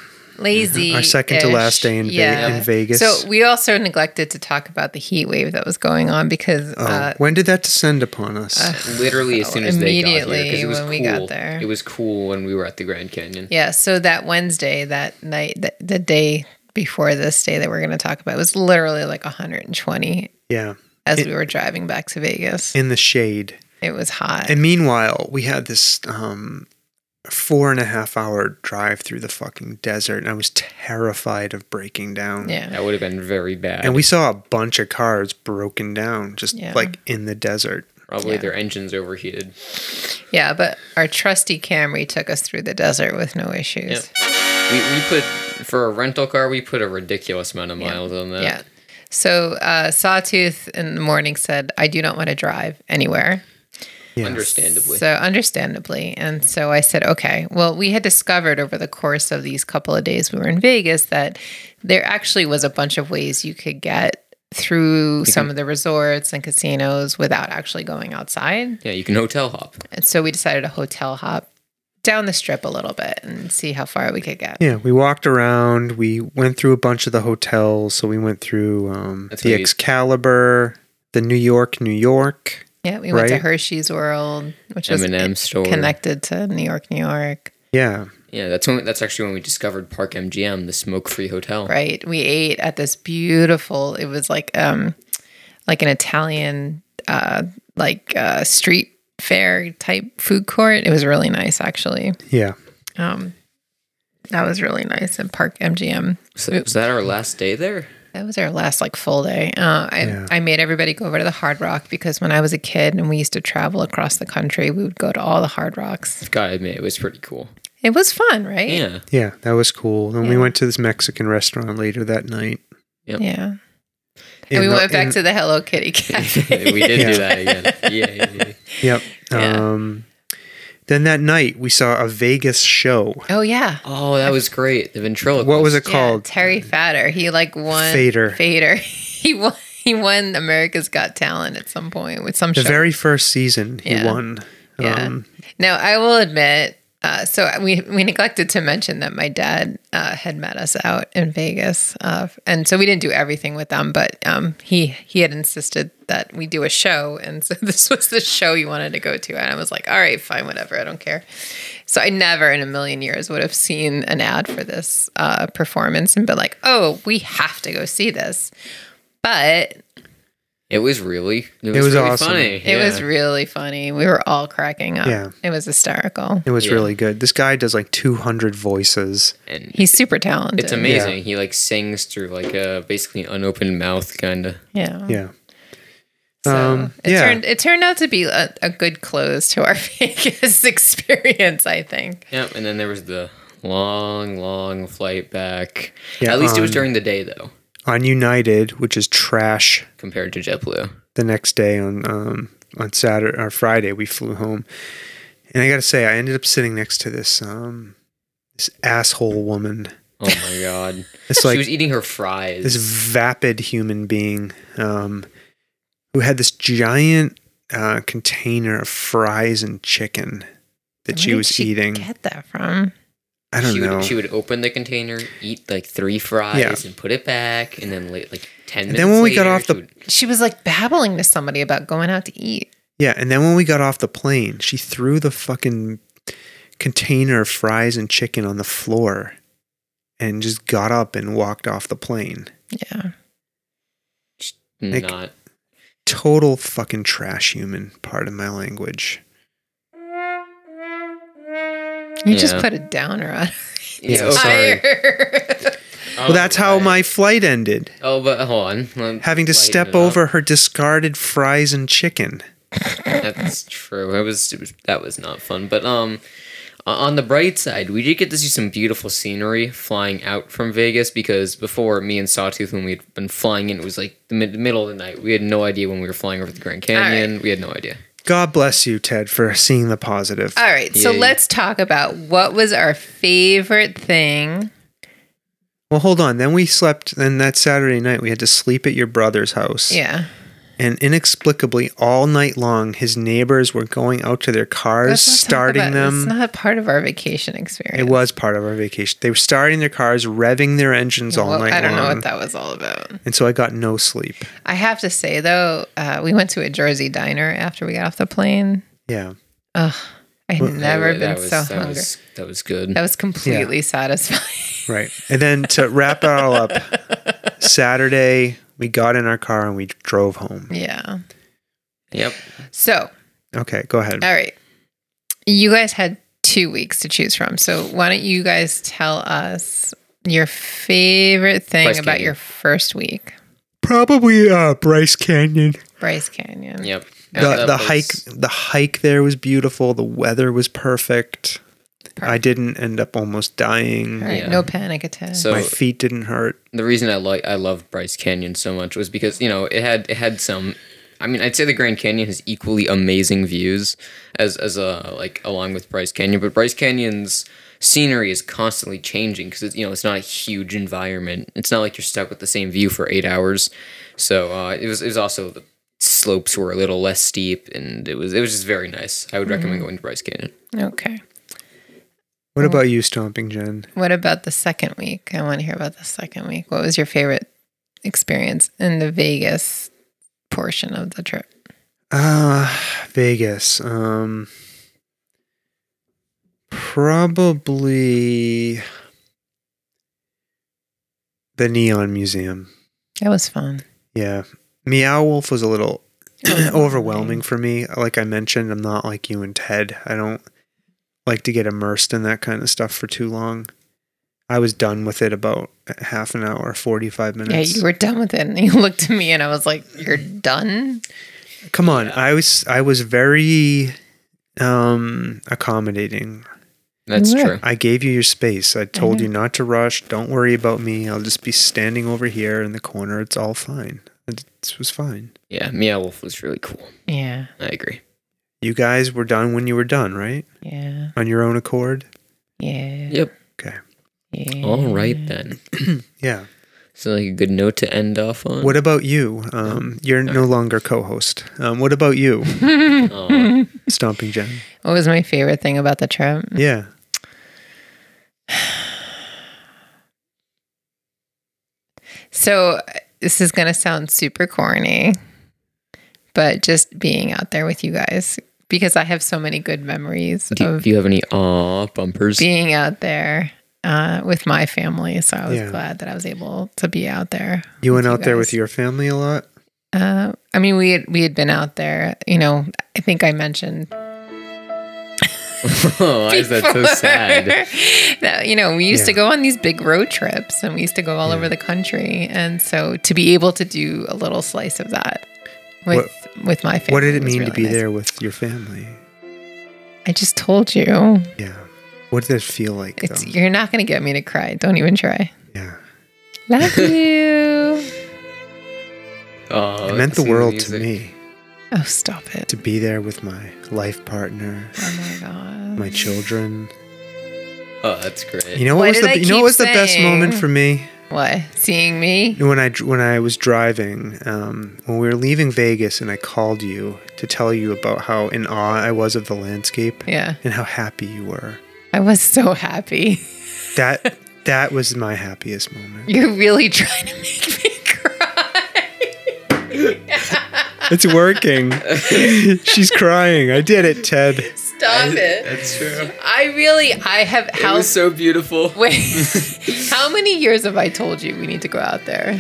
S2: lazy.
S1: Our second to last day in, Ve- in Vegas.
S2: So we also neglected to talk about the heat wave that was going on because
S1: oh,
S2: uh,
S1: when did that descend upon us?
S5: Literally as soon as they got here, 'cause
S2: Oh, Immediately
S5: it was
S2: when
S5: cool.
S2: we got there.
S5: It was cool when we were at the Grand Canyon.
S2: yeah, so that Wednesday, that night, the, the day before this day that we're going to talk about was literally like 120
S1: yeah,
S2: as
S1: It-
S2: we were driving back to Vegas.
S1: in the shade.
S2: It was hot.
S1: And meanwhile, we had this um, four and a half hour drive through the fucking desert, and I was terrified of breaking down.
S2: yeah.
S5: That would have been very bad.
S1: And we saw a bunch of cars broken down, just
S2: Yeah.
S1: like in the desert.
S5: probably
S2: yeah.
S5: their engines overheated.
S2: Yeah, but our trusty Camry took us through the desert with no
S5: Yeah.
S2: issues.
S5: We, we put for a rental car, we put a ridiculous amount of miles on that.
S2: Yeah. So uh, Sawtooth in the morning said, I do not want to drive anywhere.
S1: Yeah.
S5: Understandably.
S2: So understandably. And so I said, okay. Well, we had discovered over the course of these couple of days we were in Vegas that there actually was a bunch of ways you could get through some of the resorts and casinos without actually going outside.
S5: yeah, you can hotel hop.
S2: And so we decided to hotel hop down the strip a little bit and see how far we could get.
S1: Yeah, we walked around. We went through a bunch of the hotels. So we went through um,
S5: That's
S1: the
S5: what you-
S1: Excalibur, the New York, New York.
S2: Yeah, we went to
S1: Right.
S2: Hershey's World, which was
S5: M&M store.
S2: connected to New York, New York.
S1: Yeah,
S5: Yeah, that's when that's actually when we discovered Park MGM, the smoke-free hotel.
S2: Right. We ate at this beautiful. It was like um, like an Italian uh, like uh, street fair type food court. It was really nice, actually.
S1: yeah.
S2: Um, that was really nice at Park MGM.
S5: So, was that our last day there?
S2: That was our last like full day. Uh, I,
S1: Yeah.
S2: I made everybody go over to the Hard Rock because when I was a kid and we used to travel across the country, we would go to all the Hard Rocks.
S5: Gotta admit, it was pretty cool.
S2: It was fun, right?
S5: Yeah,
S1: Yeah, that was cool. And we
S2: Yeah.
S1: went to this Mexican restaurant later that night.
S2: Yeah.
S1: In
S2: And we
S1: the-
S2: went back
S1: in-
S2: to the Hello Kitty cafe.
S5: we did
S1: Yeah.
S5: do that again. Yeah,
S1: Yep.
S2: Yeah.
S1: Um, then that night we saw a Vegas show.
S2: oh yeah.
S5: Oh, that was great. The ventriloquist.
S1: What was it
S2: Yeah,
S1: called?
S2: Terry Fader. He like won
S1: Fader.
S2: Fader. He won. He won America's Got Talent at some point with some
S1: The
S2: show.
S1: very first season he
S2: Yeah.
S1: won. Um,
S2: Yeah. now I will admit. Uh, so we we neglected to mention that my dad uh, had met us out in Vegas, uh, and so we didn't do everything with them. But um, he he had insisted that we do a show, and so this was the show he wanted to go to, and I was like, all right, fine, whatever, I don't care. So I never in a million years would have seen an ad for this uh, performance and been like, oh, we have to go see this. But
S5: It was really. It was,
S1: was
S5: really
S1: awesome.
S5: funny.
S2: it was really funny. We were all cracking up.
S1: Yeah.
S2: It was hysterical.
S1: It was
S5: Yeah.
S1: really good. This guy does like 200 voices.
S5: and
S2: He's super talented.
S5: it's amazing. He like sings through like a basically an unopened mouth kind of.
S2: Yeah.
S1: Yeah.
S2: Mm. So
S1: Um,
S2: it
S1: yeah.
S2: turned it turned out to be a, a good close to our Vegas experience, I think.
S5: Yep. And then there was the long, long flight back.
S1: Yeah,
S5: At least it was
S1: um,
S5: during the day though,
S1: On United, which is trash,
S5: compared to JetBlue.
S1: the next day on um, on Saturday or Friday, we flew home. And I got to say, I ended up sitting next to this um, this asshole woman.
S5: Oh my god.
S1: It's
S5: she
S1: like
S5: was eating her fries.
S1: this vapid human being um, who had this giant uh, container of fries and chicken that she
S2: Where did
S1: was eating.
S2: Get that from?
S1: I don't
S5: she
S1: know.
S5: Would, she would open the container, eat like three fries,
S1: Yeah.
S5: and put it back, and then late, like ten.
S1: And
S5: minutes
S1: then when we got
S5: later,
S1: off the-
S5: she would-
S2: She was like babbling to somebody about going out to eat.
S1: yeah, and then when we got off the plane, she threw the fucking container of fries and chicken on the floor and just got up and walked off the plane.
S2: Yeah.
S1: Like-
S5: not
S1: Total fucking trash human, part of my language.
S2: You just
S5: Yeah.
S2: put a downer on.
S1: Yeah,
S5: Oh,
S1: sorry.
S2: her.
S1: well, that's how
S5: right.
S1: my flight ended.
S5: Oh, but hold on. Let-
S1: Having to
S5: lighten
S1: step
S5: it up.
S1: over her discarded fries and chicken.
S5: That's true. It was, it was that was not fun. But um, o- on the bright side, we did get to see some beautiful scenery flying out from Vegas because before me and Sawtooth, when we had been flying in, it was like the mid- middle of the night. We had no idea when we were flying over the Grand Canyon. We had no idea.
S1: God bless you, Ted, for seeing the positive.
S2: All right, so
S5: Yeah.
S2: let's talk about what was our favorite thing.
S1: Well, hold on. Then we slept. Then that Saturday night, we had to sleep at your brother's house.
S2: Yeah.
S1: and inexplicably, all night long, his neighbors were going out to their cars,
S2: Let's not talk
S1: starting
S2: about-
S1: them.
S2: It's not part of our vacation
S1: It
S2: experience.
S1: was part of our vacation. They were starting their cars, revving their engines all
S2: Well,
S1: night
S2: I don't
S1: long.
S2: know what that was all about.
S1: And so I got no sleep.
S2: I have to say though, uh, we went to a Jersey diner after we got off the plane.
S1: Yeah.
S2: Ugh, I've never
S5: That
S2: been
S5: was-
S2: so
S5: that
S2: hungry.
S5: Was, that was good.
S2: that was completely satisfying.
S1: Right. And then to wrap it all up, Saturday, we got in our car and we drove home.
S2: yeah.
S5: yep.
S2: So,
S1: Okay, go ahead.
S2: all right, you guys had two weeks to choose from. So why don't you guys tell us your favorite thing
S5: Bryce
S2: about
S5: Canyon.
S2: your first week,
S1: Probably uh, Bryce Canyon.
S2: Bryce Canyon?
S5: Yep.
S1: The, the
S5: That place-
S1: hike the hike there was beautiful. The weather was perfect. I didn't end up almost dying.
S2: All right,
S5: Yeah.
S2: no panic attack.
S5: So
S1: My feet didn't hurt.
S5: the reason I like I love Bryce Canyon so much was because you know it had it had some. I mean, I'd say the Grand Canyon has equally amazing views as as a like along with Bryce Canyon, but Bryce Canyon's scenery is constantly changing because you know it's not a huge environment. It's not like you're stuck with the same view for eight hours. So uh, it was it was also the slopes were a little less steep, and it was it was just very nice. I would recommend going to Bryce Canyon.
S2: okay.
S1: What
S2: Uh-huh.
S1: about you, Stomping Jen?
S2: What about the second week? I want to hear about the second week. What was your favorite experience in the Vegas portion of the trip?
S1: Ah, Vegas. Um, probably the Neon Museum.
S2: That was fun.
S1: Yeah, Meow Wolf was a little
S2: Overwhelming.
S1: overwhelming for me. Like I mentioned, I'm not like you and Ted. I don't like to get immersed in that kind of stuff for too long. I was done with it about half an hour, 45
S2: Yeah,
S1: minutes.
S2: you were done with it, and you looked at me, and I was like, "You're done."
S1: Come on, I was I was very um accommodating.
S5: That's
S2: were.
S5: true.
S1: I gave you your space. I told
S2: know.
S1: you not to rush. Don't worry about me. I'll just be standing over here in the corner. It's all fine. It it was fine.
S5: Yeah, Meow Wolf was really cool.
S2: Yeah,
S5: I agree.
S1: You guys were done when you were done, right?
S2: yeah,
S1: On your own accord?
S2: yeah.
S5: Yep.
S1: Okay.
S2: yeah.
S5: All right then.
S1: Yeah.
S5: So like a good note to end off
S2: Mm.
S5: on.
S1: What about you? Um, you're no longer co host. Um, what about you,
S5: Aw.
S1: Stomping Jen?
S2: What was my favorite thing about the trip?
S1: Yeah.
S2: So this is gonna sound super corny, but just being out there with you guys because I have so many good memories
S5: Do,
S2: of
S5: do you have any aw bumpers?
S2: being out there uh, with my family. So I was
S1: Yeah.
S2: glad that I was able to be out there.
S1: You went
S2: you
S1: out there with
S2: guys.
S1: your family a lot?
S2: Uh, I mean, we had, we had been out there. You know, I think I mentioned
S5: oh, why is that so sad?
S2: that, you know, we used to
S1: Yeah.
S2: go on these big road trips and we used to go all over the country, and so to be able to do a little slice of that with with my family.
S1: What did it
S2: was
S1: mean to
S2: really
S1: be
S2: nice.
S1: there with your family?
S2: I just told you,
S1: Yeah. What did it feel like?
S2: it's
S1: though?
S2: you're not going to get me to cry. Don't even try.
S1: yeah.
S2: Love you.
S5: Aw,
S1: It meant the
S5: listen
S1: world to
S5: music.
S1: me
S2: Oh, stop it!
S1: to be there with my life partner,
S2: Oh my god.
S1: my children.
S5: Oh, that's great.
S1: You know what
S2: Why
S1: was
S2: did I
S1: the you know
S2: keep
S1: what was the best
S2: saying-
S1: moment for me
S2: What? Seeing me?
S1: when I dr- when I was driving um, when we were leaving Vegas and I called you to tell you about how in awe I was of the landscape
S2: Yeah.
S1: and how happy you were.
S2: I was so happy.
S1: That that was my happiest moment.
S2: You're really trying to make me cry.
S1: It's working. She's crying. I did it, Ted.
S2: Stop it.
S5: that's true.
S2: I really, I have,
S5: It
S2: how,
S5: was so beautiful.
S2: wait, how many years have I told you we need to go out there?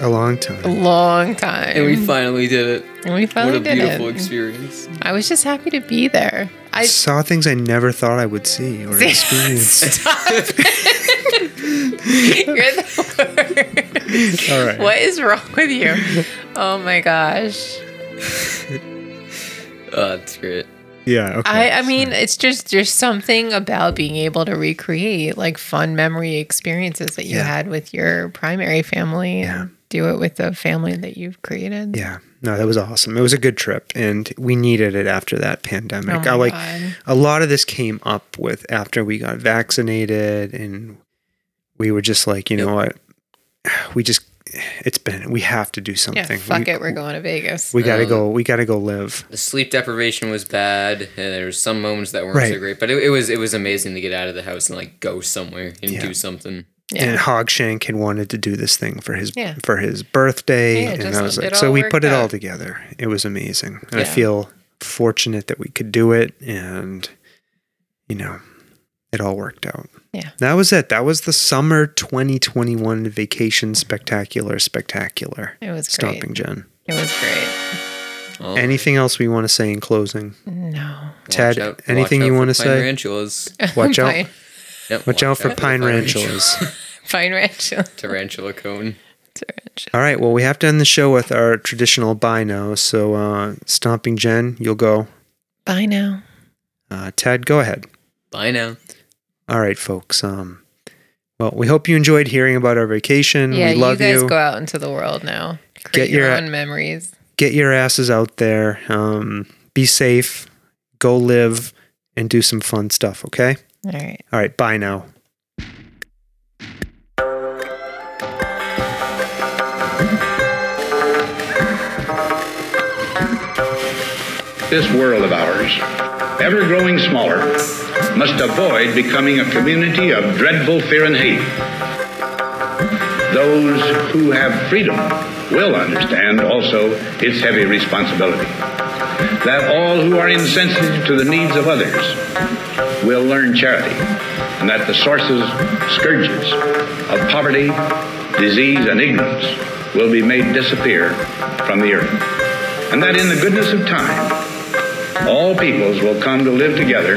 S1: A long
S2: A
S1: time.
S2: long time.
S5: And we finally did it.
S2: And Oh, we
S5: What
S2: finally
S5: a
S2: did
S5: beautiful
S2: it.
S5: experience.
S2: I was just happy to be there. I,
S1: Saw things I never thought I would see or experience.
S2: you're the worst.
S1: All right.
S2: What is wrong with you? Oh my gosh.
S5: Oh, that's great.
S1: Yeah. Okay.
S2: I, I mean, it's just there's something about being able to recreate like fun memory experiences that you
S1: Yeah.
S2: had with your primary family
S1: Yeah.
S2: and do it with the family that you've created.
S1: Yeah. No, that was awesome. It was a good trip and we needed it after that pandemic.
S2: Oh
S1: I
S2: my
S1: like
S2: God.
S1: a lot of this came up with after we got vaccinated and we were just like, you know what? We just it's been we have to do
S2: Yeah,
S1: something.
S2: fuck
S1: we,
S2: it. We're going to Vegas.
S1: We gotta go. We gotta go live.
S5: The sleep deprivation was bad. And there was some moments that weren't
S1: Right.
S5: so great, but it, it was it was amazing to get out of the house and like go somewhere and
S1: Yeah.
S5: do something.
S2: yeah.
S1: And Hogshank had wanted to do this thing for his
S2: Yeah.
S1: for his birthday,
S2: Yeah, it
S1: and
S2: just-
S1: I was
S2: it
S1: like,
S2: all
S1: so we
S2: worked
S1: put it all
S2: out.
S1: together. It was amazing. And I
S5: Yeah.
S1: feel fortunate that we could do it, and you know, it all worked out.
S2: Yeah.
S1: that was it. That was the summer 2021 vacation spectacular, spectacular.
S2: It was great.
S1: Stomping Jen.
S2: It was great.
S5: Oh,
S1: Anything else we want to say in closing?
S2: No.
S5: watch
S1: Ted,
S5: out- watch
S1: anything
S5: out
S1: you
S5: for
S1: want to
S5: Pine
S1: say?
S5: Ranchulas.
S2: Oh
S1: Watch out.
S2: Pine-
S5: Yep,
S1: Watch out for pine
S5: tarantula-
S1: ranchulas.
S2: Pine Ranch.
S5: Tarantula cone.
S2: Tarantula.
S1: All right. Well, we have to end the show with our traditional bye now. So, uh, Stomping Jen, you'll go.
S2: Bye now.
S1: Uh, Ted, go ahead.
S5: Bye now.
S1: All right, folks. Um, well, we hope you enjoyed hearing about our vacation.
S2: Yeah,
S1: Mm, we love
S2: you
S1: you.
S2: guys go out into the world now. Create
S1: Get your-
S2: your, own memories.
S1: Get your asses out there. Um, be safe. Go live and do some fun stuff. Okay.
S2: All right.
S1: All right. Bye now.
S7: This world of ours, ever growing smaller, must avoid becoming a community of dreadful fear and hate. Those who have freedom will understand also its heavy responsibility. That all who are insensitive to the needs of others will learn charity, and that the sources, scourges of poverty, disease, and ignorance will be made disappear from the earth and that in the goodness of time, all peoples will come to live together